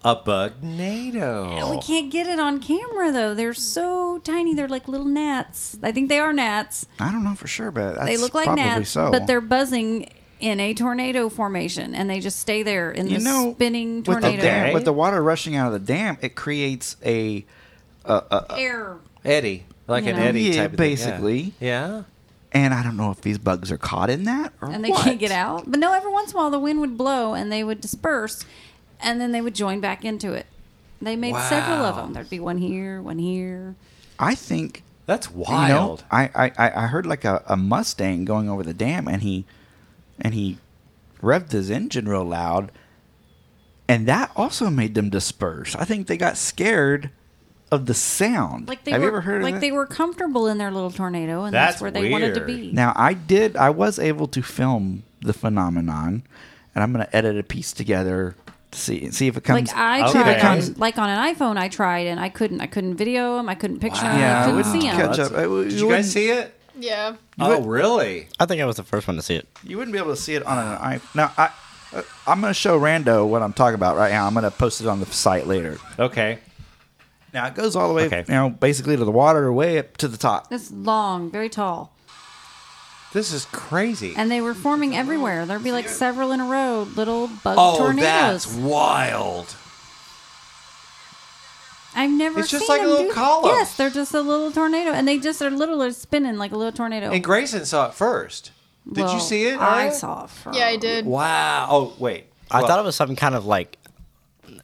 Speaker 1: A bug NATO.
Speaker 3: We can't get it on camera though. They're so tiny. They're like little gnats. I think they are gnats.
Speaker 2: I don't know for sure, but that's
Speaker 3: They look like
Speaker 2: probably
Speaker 3: gnats,
Speaker 2: so.
Speaker 3: but they're buzzing in a tornado formation, and they just stay there in
Speaker 2: you
Speaker 3: the
Speaker 2: know,
Speaker 3: spinning
Speaker 2: with the,
Speaker 3: tornado
Speaker 2: dam,
Speaker 1: Okay.
Speaker 2: with the water rushing out of the dam, it creates a
Speaker 3: air.
Speaker 1: Eddie, like
Speaker 3: You
Speaker 1: an
Speaker 3: know?
Speaker 1: Eddie
Speaker 2: Yeah,
Speaker 1: type of thing, yeah.
Speaker 2: basically.
Speaker 1: Yeah.
Speaker 2: and I don't know if these bugs are caught in that or
Speaker 3: and they
Speaker 2: what.
Speaker 3: can't get out. But no, every once in a while the wind would blow and they would disperse, and then they would join back into it. They made several of
Speaker 1: Wow.
Speaker 3: them. There'd be one here, one here.
Speaker 2: I think
Speaker 1: That's
Speaker 2: you know,
Speaker 1: wild.
Speaker 2: I, I- I I heard like a, a Mustang going over the dam, and he and he revved his engine real loud, and that also made them disperse. I think they got scared of the sound.
Speaker 3: Like they
Speaker 2: Have
Speaker 3: were
Speaker 2: you ever heard of
Speaker 3: like
Speaker 2: that?
Speaker 3: they were comfortable in their little tornado, and
Speaker 1: That's
Speaker 3: that's where they wanted to
Speaker 1: weird.
Speaker 3: be.
Speaker 2: Now I did. I was able to film the phenomenon, and I'm going to edit a piece together to see see if it comes.
Speaker 3: like I
Speaker 1: Okay.
Speaker 3: tried,
Speaker 1: Because-
Speaker 3: on, like on an iPhone, I tried and I couldn't. I couldn't video them. I couldn't picture them.
Speaker 2: Yeah,
Speaker 3: I
Speaker 2: I
Speaker 3: couldn't
Speaker 2: wouldn't
Speaker 3: see them.
Speaker 2: catch
Speaker 1: That's-
Speaker 2: up. I-
Speaker 1: Did
Speaker 2: you
Speaker 1: you guys
Speaker 2: wouldn't-
Speaker 1: see it?
Speaker 5: Yeah.
Speaker 1: Oh, really?
Speaker 4: I think I was the first one to see it.
Speaker 2: You wouldn't be able to see it on an i. Now I. uh, I'm going to show Rando what I'm talking about right now. I'm going to post it on the site later.
Speaker 1: Okay.
Speaker 2: Now it goes all the way,
Speaker 1: Okay.
Speaker 2: you know, basically to the water, way up to the top.
Speaker 3: It's long, very tall,
Speaker 1: This is crazy.
Speaker 3: and they were forming everywhere. There'd be like several in a row, little bug
Speaker 1: oh,
Speaker 3: tornadoes.
Speaker 1: that's wild.
Speaker 3: I've never.
Speaker 1: It's just
Speaker 3: seen
Speaker 1: like a
Speaker 3: them
Speaker 1: little
Speaker 3: do-
Speaker 1: column.
Speaker 3: Yes, they're just a little tornado, and they just are literally spinning like a little tornado.
Speaker 1: And Grayson saw it first. Did
Speaker 3: Well,
Speaker 1: you see it?
Speaker 3: I
Speaker 1: Ara?
Speaker 3: saw it. First.
Speaker 5: Yeah, I did.
Speaker 1: Wow. Oh, wait.
Speaker 4: I
Speaker 1: Well,
Speaker 4: thought it was some kind of like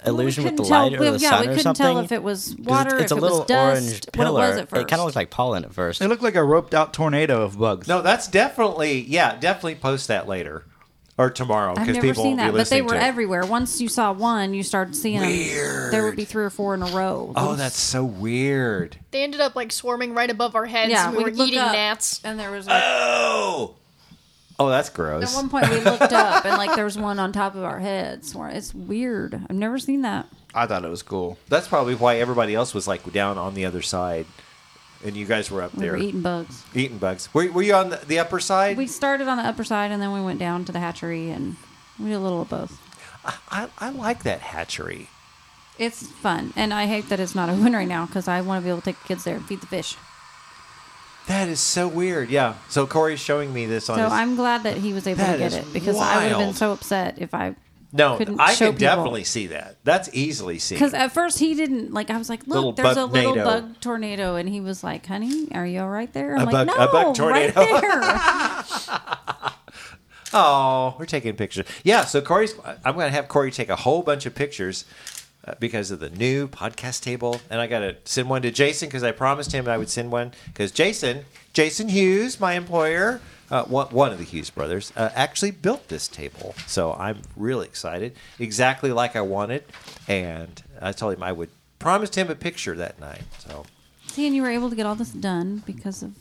Speaker 4: illusion with the
Speaker 3: couldn't tell-
Speaker 4: light or
Speaker 3: we-
Speaker 4: the
Speaker 3: yeah,
Speaker 4: sun
Speaker 3: we
Speaker 4: or
Speaker 3: couldn't
Speaker 4: something.
Speaker 3: tell if it was
Speaker 4: 'Cause
Speaker 3: water,
Speaker 4: It's, it's
Speaker 3: if
Speaker 4: a
Speaker 3: it was
Speaker 4: little
Speaker 3: dust,
Speaker 4: orange
Speaker 3: what it
Speaker 4: pillar.
Speaker 3: was at
Speaker 4: kind
Speaker 3: first.
Speaker 4: of looked like pollen at first.
Speaker 2: It looked like a roped out tornado of bugs.
Speaker 1: No, that's definitely, yeah, definitely post that later or tomorrow
Speaker 3: I've
Speaker 1: because
Speaker 3: never
Speaker 1: people
Speaker 3: seen
Speaker 1: won't be
Speaker 3: that, but they
Speaker 1: listening
Speaker 3: were
Speaker 1: to it.
Speaker 3: everywhere. Once you saw one, you started seeing them. There would be three or four in a row.
Speaker 1: Oh, that's so weird.
Speaker 5: They ended up like swarming right above our heads.
Speaker 3: yeah,
Speaker 5: and we were
Speaker 3: we'd look
Speaker 5: eating
Speaker 3: up,
Speaker 5: gnats.
Speaker 3: and there was like,
Speaker 1: Oh. Oh, that's
Speaker 3: at
Speaker 1: gross.
Speaker 3: one point we looked up and like there was one on top of our heads. It's weird. I've never seen that.
Speaker 2: I thought it was cool.
Speaker 1: That's probably why everybody else was like down on the other side, and you guys were up
Speaker 3: We
Speaker 1: there
Speaker 3: were eating bugs.
Speaker 1: eating bugs. Were, were you on the, the upper side?
Speaker 3: We started on the upper side and then we went down to the hatchery and we did a little of both.
Speaker 1: I, I like that hatchery.
Speaker 3: It's fun, and I hate that it's not open right now because I want to be able to take the kids there and feed the fish.
Speaker 1: That is so weird. Yeah. So Corey's showing me this on.
Speaker 3: So
Speaker 1: his,
Speaker 3: I'm glad that he was able
Speaker 1: That
Speaker 3: to get
Speaker 1: is
Speaker 3: it because I would have been
Speaker 1: wild.
Speaker 3: so upset if I
Speaker 1: no,
Speaker 3: couldn't
Speaker 1: I
Speaker 3: show
Speaker 1: can definitely see that. That's easily seen.
Speaker 3: because at first he didn't like. I was like, "Look,
Speaker 1: Little
Speaker 3: there's a
Speaker 1: bug
Speaker 3: little
Speaker 1: tornado.
Speaker 3: bug tornado," and he was like, "Honey, are you all right there?" I'm
Speaker 1: A bug-
Speaker 3: like, "No,
Speaker 1: a bug tornado."
Speaker 3: right there."
Speaker 1: Oh, we're taking pictures. Yeah, so Corey's. I'm going to have Corey take a whole bunch of pictures uh, because of the new podcast table, and I got to send one to Jason because I promised him I would send one because Jason, Jason Hughes, my employer, uh, one, one of the Hughes brothers, uh, actually built this table. So I'm really excited, exactly like I wanted, and I told him I would promised him a picture that night. So
Speaker 3: See, and you were able to get all this done because of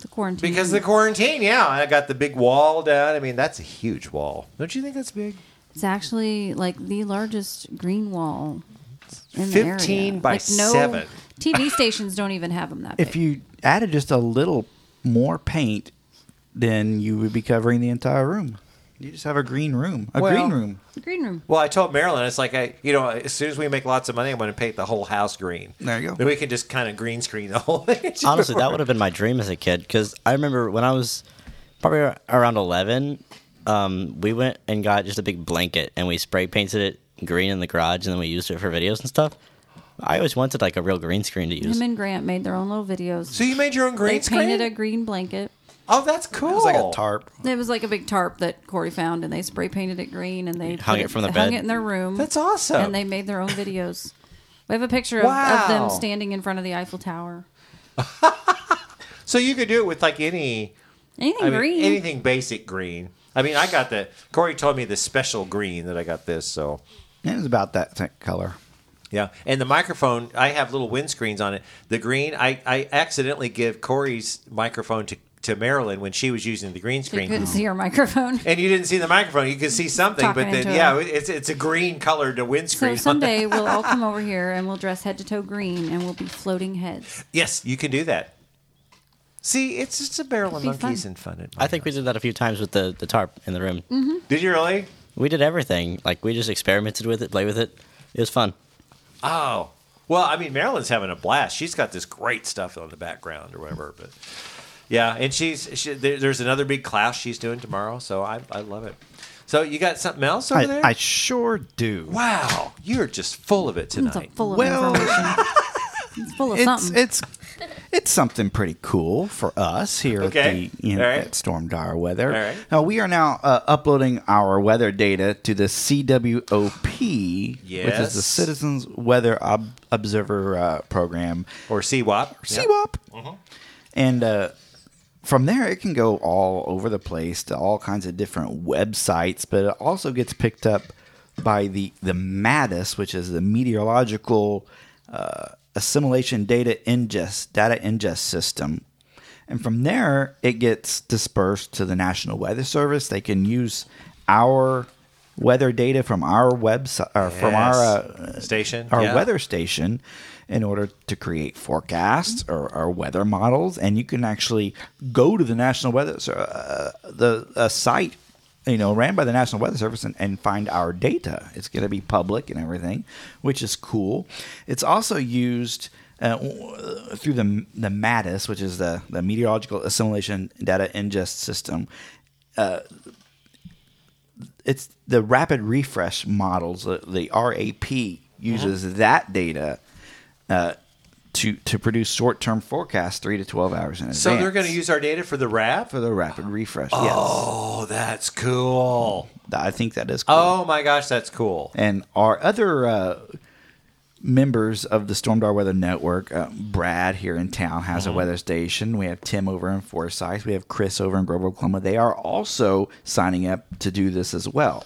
Speaker 3: the quarantine.
Speaker 1: because of the quarantine, yeah, I got the big wall done. I mean, that's a huge wall. Don't you think that's big?
Speaker 3: It's actually like the largest green wall in the area.
Speaker 1: 15 by
Speaker 3: like, no,
Speaker 1: 7.
Speaker 3: TV stations don't even have them that big.
Speaker 2: If you added just a little more paint, then you would be covering the entire room. You just have a green room. A
Speaker 1: Well-
Speaker 2: green room.
Speaker 3: the green room.
Speaker 1: Well, I told Marilyn, it's like I, you know, as soon as we make lots of money, I'm going to paint the whole house green.
Speaker 2: There you go.
Speaker 1: Then we can just kind of green screen the whole thing.
Speaker 4: Honestly, that would have been my dream as a kid because I remember when I was probably ar- around 11, um, we went and got just a big blanket and we spray painted it green in the garage and then we used it for videos and stuff. I always wanted like a real green screen to use.
Speaker 3: Him and Grant made their own little videos.
Speaker 1: So you made your own green
Speaker 3: they
Speaker 1: screen?
Speaker 3: painted a green blanket.
Speaker 1: oh, that's cool.
Speaker 2: It's like a tarp.
Speaker 3: It was like a big tarp that Corey found, and they spray painted it green, and they
Speaker 4: Hung
Speaker 3: put
Speaker 4: it from the
Speaker 3: hung
Speaker 4: bed.
Speaker 3: it in their room.
Speaker 1: That's awesome.
Speaker 3: And they made their own videos. We have a picture of, of
Speaker 1: Wow.
Speaker 3: them standing in front of the Eiffel Tower.
Speaker 1: So you could do it with like any
Speaker 3: Anything
Speaker 1: I mean,
Speaker 3: green?
Speaker 1: anything basic green. I mean, I got the Corey told me the special green that I got this. So
Speaker 2: It was about that t- color.
Speaker 1: Yeah, and the microphone I have little windscreens on it. The green I, I accidentally give Corey's microphone to to Marilyn when she was using the green
Speaker 3: So you
Speaker 1: screen.
Speaker 3: couldn't see your microphone.
Speaker 1: and you didn't see the microphone. You could see something,
Speaker 3: Talking
Speaker 1: but then
Speaker 3: into
Speaker 1: yeah,
Speaker 3: it.
Speaker 1: it's it's a green colored
Speaker 3: So
Speaker 1: windscreen. on that.
Speaker 3: someday we'll all come over here and we'll dress head to toe green and we'll be floating heads.
Speaker 1: yes, you can do that. See, it's just a barrel of
Speaker 3: It'd be
Speaker 1: monkeys
Speaker 3: fun.
Speaker 1: and fun. At
Speaker 4: I think we did that a few times with the, the tarp in the room.
Speaker 1: did you really?
Speaker 4: We did everything. Like we just experimented with it, played with it. It was fun.
Speaker 1: Oh. Well, I mean, Marilyn's having a blast. She's got this great stuff on the background or whatever, but yeah, and she's she, there, there's another big class she's doing tomorrow, so I, I love it. So you got something else over
Speaker 2: I,
Speaker 1: there?
Speaker 2: I sure do.
Speaker 1: wow, you're just full of it
Speaker 3: It's a
Speaker 1: tonight.
Speaker 3: full of
Speaker 2: Well-
Speaker 3: information. It's full of
Speaker 2: It's
Speaker 3: something.
Speaker 2: it's it's something pretty cool for us here
Speaker 1: Okay.
Speaker 2: at the you know,
Speaker 1: All right.
Speaker 2: at Storm Dire Weather.
Speaker 1: All right.
Speaker 2: Now we are now uh, uploading our weather data to the CWOP, which is the
Speaker 1: Yes.
Speaker 2: Citizens Weather Ob- Observer uh, Program,
Speaker 1: Or CWAP.
Speaker 2: CWOP, and uh, from there it can go all over the place to all kinds of different websites but it also gets picked up by the the MADIS, which is the meteorological uh, assimilation data ingest data ingest system and from there it gets dispersed to the national weather service they can use our weather data from our website or from our uh,
Speaker 1: station.
Speaker 2: our
Speaker 1: yeah.
Speaker 2: weather station in order to create forecasts or, or weather models and you can actually go to the national weather Ser- uh, the a site you know ran by the national weather service and, and find our data it's going to be public and everything which is cool it's also used uh, w- through the the MADIS, which is the, the meteorological assimilation data ingest system, uh, it's the rapid refresh models, the, the RAP uses
Speaker 1: Uh-huh.
Speaker 2: that data uh, to to produce short term forecasts three to twelve hours in advance.
Speaker 1: So they're going to use our data for the rap?
Speaker 2: for the rapid refresh.
Speaker 1: Oh, that's cool.
Speaker 2: Yes, I think that is. Cool.
Speaker 1: Oh my gosh, that's cool.
Speaker 2: and our other uh, members of the Stormdar Weather Network. Uh, Brad here in town has a weather station. We have Tim over in Forsyth. We have Chris over in Grove, Oklahoma. They are also signing up to do this as well.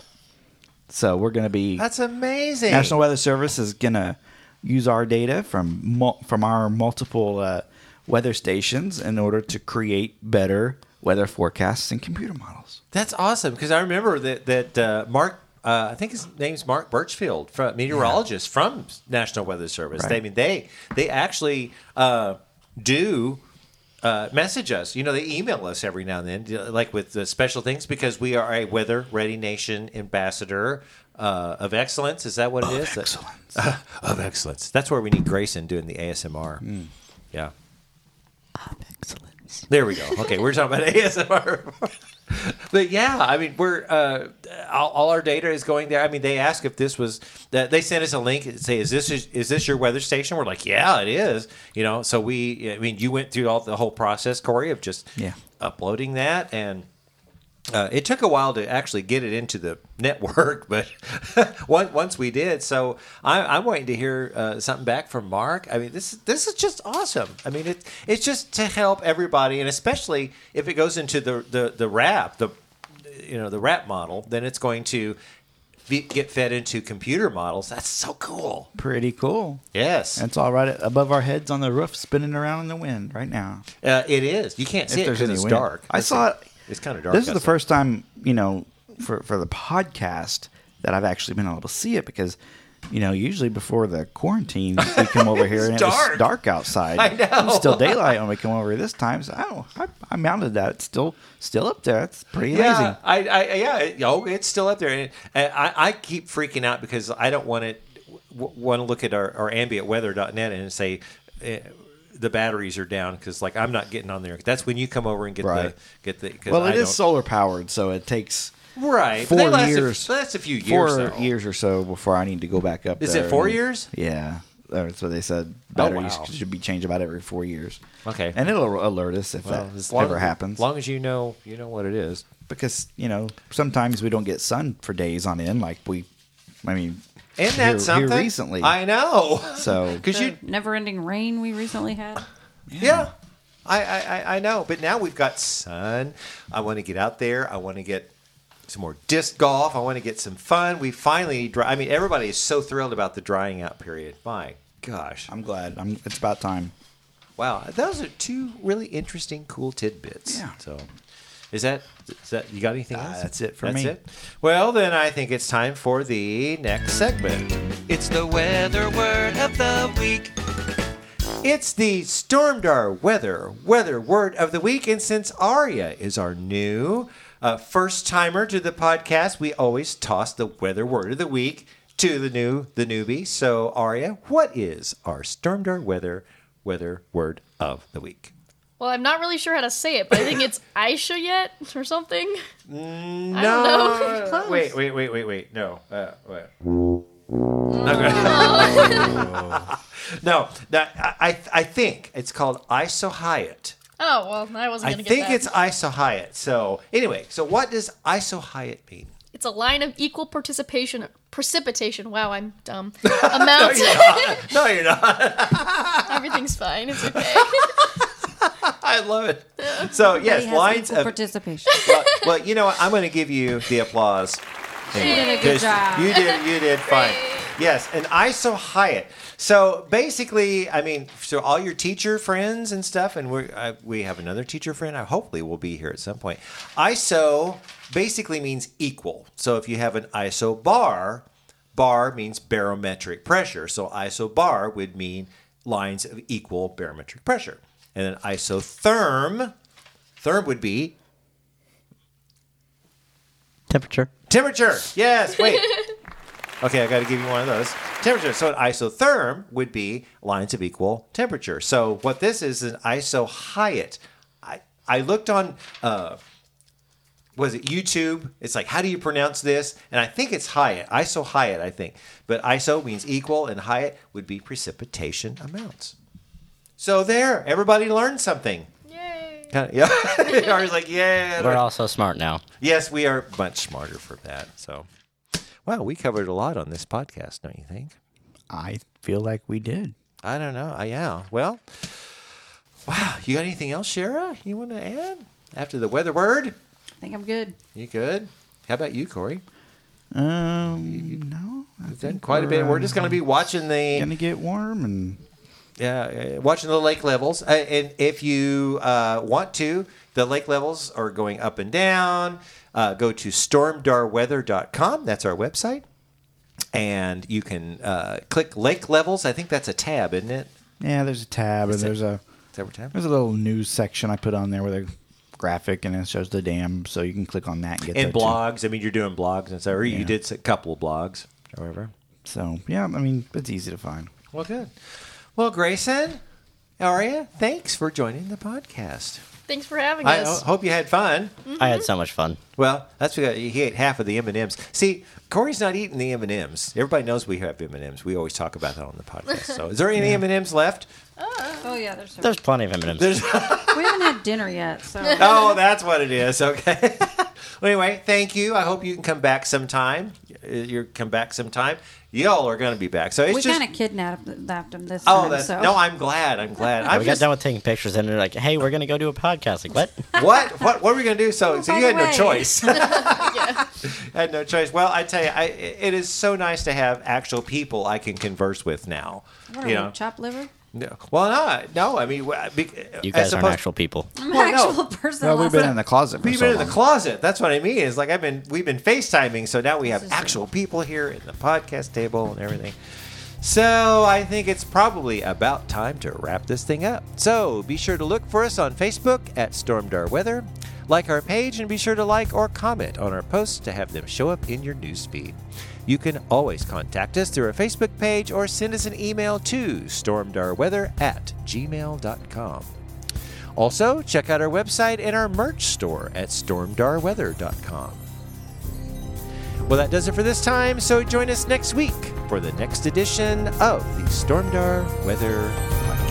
Speaker 2: So we're going to be
Speaker 1: That's amazing.
Speaker 2: National Weather Service is gonna use our data from mul- from our multiple uh, weather stations in order to create better weather forecasts and computer models.
Speaker 1: That's awesome because I remember that that uh, Mark, uh, I think his name's Mark Birchfield, from, meteorologist from National Weather Service.
Speaker 2: Right.
Speaker 1: They, I mean, they they actually uh, do. Uh, message us. You know, they email us every now and then, like with the special things, because we are a Weather Ready Nation ambassador uh, of excellence. Is that what it is?
Speaker 2: Excellent.
Speaker 1: of excellence. That's where we need Grayson doing the ASMR. Yeah.
Speaker 2: Excellent.
Speaker 1: There we go. Okay, we're talking about ASMR. but yeah, I mean, we're uh, all, all our data is going there. I mean, they ask if this was that they sent us a link and say, "Is this is this your weather station?" We're like, "Yeah, it is." You know, so we. I mean, you went through all the whole process, Corey, of just
Speaker 2: Yeah.
Speaker 1: uploading that and. Uh, it took a while to actually get it into the network, but once once we did, so I, I'm waiting to hear uh, something back from Mark. I mean, this this is just awesome. I mean, it it's just to help everybody, and especially if it goes into the the the rap the you know the rap model, then it's going to be, get fed into computer models. That's so cool.
Speaker 2: Pretty cool.
Speaker 1: Yes,
Speaker 2: That's all right above our heads on the roof, spinning around in the wind right now.
Speaker 1: uh, it is. You can't see it because it's
Speaker 2: wind.
Speaker 1: dark.
Speaker 2: I saw it.
Speaker 1: It's kind of dark.
Speaker 2: This is the
Speaker 1: outside.
Speaker 2: first time, you know, for, for the podcast that I've actually been able to see it because, you know, usually before the quarantine, we come over here and it
Speaker 1: dark.
Speaker 2: was dark outside. I know. It's still daylight when we come over this time. So oh, I, I mounted that. It's still still up there. It's pretty amazing.
Speaker 1: Yeah, I, I yeah, it, oh, it's still up there, and and I, I keep freaking out because I don't want it. W- want to look at our, our ambientweather.net and say eh, the batteries are down because like I'm not getting on there. That's when you come over and get
Speaker 2: Right.
Speaker 1: the get the. 'cause
Speaker 2: Well,
Speaker 1: I
Speaker 2: it is
Speaker 1: don't-
Speaker 2: solar powered, so it takes
Speaker 1: right. but
Speaker 2: four
Speaker 1: they last
Speaker 2: years.
Speaker 1: A, that's a few years.
Speaker 2: four
Speaker 1: though.
Speaker 2: years or so before I need to go back up.
Speaker 1: Is it
Speaker 2: there
Speaker 1: four
Speaker 2: and-
Speaker 1: years? Oh,
Speaker 2: Yeah, that's what they said. Batteries
Speaker 1: wow.
Speaker 2: should be changed about every four years.
Speaker 1: Okay.
Speaker 2: and it'll alert us if
Speaker 1: Well,
Speaker 2: that
Speaker 1: as long-
Speaker 2: ever happens.
Speaker 1: As long as you know, you know what it is.
Speaker 2: because you know sometimes we don't get sun for days on end, like we. I mean,
Speaker 1: Isn't
Speaker 2: here-
Speaker 1: that
Speaker 2: here
Speaker 1: something?
Speaker 2: recently.
Speaker 1: I know.
Speaker 2: so
Speaker 1: Because you
Speaker 3: The never-ending rain we recently had.
Speaker 1: Yeah. I, I, I- I know. But now we've got sun. I want to get out there. I want to get some more disc golf. I want to get some fun. We finally dry. I mean, everybody is so thrilled about the drying out period. My gosh.
Speaker 2: I'm glad. I'm, it's about time.
Speaker 1: Wow, those are two really interesting, cool tidbits.
Speaker 2: Yeah.
Speaker 1: So, is that is that you got anything
Speaker 2: Ah,
Speaker 1: else?
Speaker 2: that's it for
Speaker 1: That's
Speaker 2: me.
Speaker 1: it? Well, then I think it's time for the next segment. It's the weather word of the week. It's the Stormdar weather weather word of the week, and since Aria is our new uh, first timer to the podcast, we always toss the weather word of the week to the new the newbie. So Aria, what is our Stormdar weather weather word of the week?
Speaker 5: Well, I'm not really sure how to say it, but I think it's Aisha yet or something.
Speaker 1: Mm, No,
Speaker 5: know. Close.
Speaker 1: wait, wait, wait, wait, wait. No, uh, wait. Okay. no, that, I, I- I think it's called isohyet.
Speaker 5: Oh well, I wasn't
Speaker 1: I
Speaker 5: gonna
Speaker 1: think
Speaker 5: get that.
Speaker 1: it's isohyet. So anyway, so what does isohyet mean?
Speaker 5: It's a line of equal participation precipitation. Wow, I'm dumb. Amount.
Speaker 1: No, you're not.
Speaker 5: Everything's fine. It's okay.
Speaker 1: I love it. So yes,
Speaker 3: has
Speaker 1: lines
Speaker 3: equal
Speaker 1: of.
Speaker 3: participation.
Speaker 1: well, well, you know what? I'm going to give you the applause.
Speaker 3: you did a good
Speaker 1: Because
Speaker 3: job.
Speaker 1: You did. You did fine. Yes, and ISO Hyatt. So basically, I mean, so all your teacher friends and stuff, and we uh, we have another teacher friend. I hopefully will be here at some point. ISO basically means equal. So if you have an ISO bar, bar means barometric pressure. So ISO bar would mean lines of equal barometric pressure, and then isotherm, therm would be
Speaker 4: Temperature.
Speaker 1: Temperature. Yes. Wait. okay, I got to give you one of those. Temperature. So an isotherm would be lines of equal temperature. So what this is is an isohyet. I I looked on uh was it YouTube? It's like how do you pronounce this? And I think it's Hyatt. Iso Hyatt, I think. But iso means equal and Hyatt would be precipitation amounts. So there, everybody learned something.
Speaker 5: Yay.
Speaker 1: Kinda- yeah. I was like, yeah.
Speaker 4: We're all so smart now.
Speaker 1: Yes, we are much smarter for that. So, wow, we covered a lot on this podcast, don't you think?
Speaker 2: I feel like we did.
Speaker 1: I don't know. I, yeah. Well, wow. You got anything else, Shara? You want to add after the weather word?
Speaker 3: I think I'm good.
Speaker 1: You good? How about you, Corey?
Speaker 2: Um, no, I
Speaker 1: We've done
Speaker 2: think
Speaker 1: quite a bit. We're just going to be watching
Speaker 2: uh,
Speaker 1: the
Speaker 2: gonna get warm and
Speaker 1: yeah, uh, watching the lake levels. Uh, and if you uh, want to, the lake levels are going up and down. Uh, go to stormdarweather.com. That's our website. And you can uh, click lake levels. I think that's a tab, isn't it?
Speaker 2: yeah. There's a tab and there's a
Speaker 1: Is that what tab?
Speaker 2: there's a little news section I put on there with a graphic and it shows the dam, so you can click on that and get there
Speaker 1: And
Speaker 2: too.
Speaker 1: blogs. I mean, you're doing blogs and stuff. Or you
Speaker 2: Yeah.
Speaker 1: did a couple of blogs, however.
Speaker 2: So yeah, I mean it's easy to find.
Speaker 1: Well, good. Well, Grayson, Aria, thanks for joining the podcast.
Speaker 5: Thanks for having
Speaker 1: I
Speaker 5: us.
Speaker 1: ho- hope you had fun.
Speaker 4: I had so much fun.
Speaker 1: Well, that's because he ate half of the M and M's. See, Corey's not eating the M and M's. Everybody knows we have M and M's. We always talk about that on the podcast. So, is there any M and M's left?
Speaker 3: Oh yeah, there's.
Speaker 4: There's plenty of M&Ms.
Speaker 1: There's.
Speaker 3: we haven't had dinner yet, so
Speaker 1: oh, that's what it is. Okay. well, anyway, thank you. I hope you can come back sometime. You come back sometime. Y'all are going to be back. So it's
Speaker 3: we
Speaker 1: just.
Speaker 3: kind of kidnapped napped him this
Speaker 1: oh,
Speaker 3: time.
Speaker 1: that's
Speaker 3: so.
Speaker 1: no. I'm glad. I'm glad. I'm
Speaker 4: we
Speaker 1: just,
Speaker 4: got done with taking pictures, and they're like, "Hey, we're gonna go do a podcast." Like, what?
Speaker 1: what? What? What are we going to do? So, so
Speaker 3: by
Speaker 1: you had
Speaker 3: the
Speaker 1: no
Speaker 3: way.
Speaker 1: choice. had no choice. Well, I tell you, I, it is so nice to have actual people I can converse with now.
Speaker 3: What are
Speaker 1: you know,
Speaker 3: we, chopped liver?
Speaker 1: No. Well, not. No, I mean, well, be, as
Speaker 4: You guys aren't
Speaker 1: opposed-
Speaker 4: actual people.
Speaker 3: I'm an
Speaker 1: Well, Oh, no.
Speaker 3: actual person.
Speaker 2: Well, we've been
Speaker 3: Lawson.
Speaker 2: in the closet. For
Speaker 1: We've
Speaker 2: so
Speaker 1: been in the
Speaker 2: long.
Speaker 1: closet. That's what I mean. Is like I've been. We've been FaceTiming, so now we have actual people here in the podcast table and everything. So I think it's probably about time to wrap this thing up. So be sure to look for us on Facebook at Stormdar Weather, like our page, and be sure to like or comment on our posts to have them show up in your newsfeed. You can always contact us through our Facebook page or send us an email to stormdarweather at gmail.com. Also, check out our website and our merch store at stormdarweather.com. Well, that does it for this time, so join us next week for the next edition of the Stormdar Weather Podcast.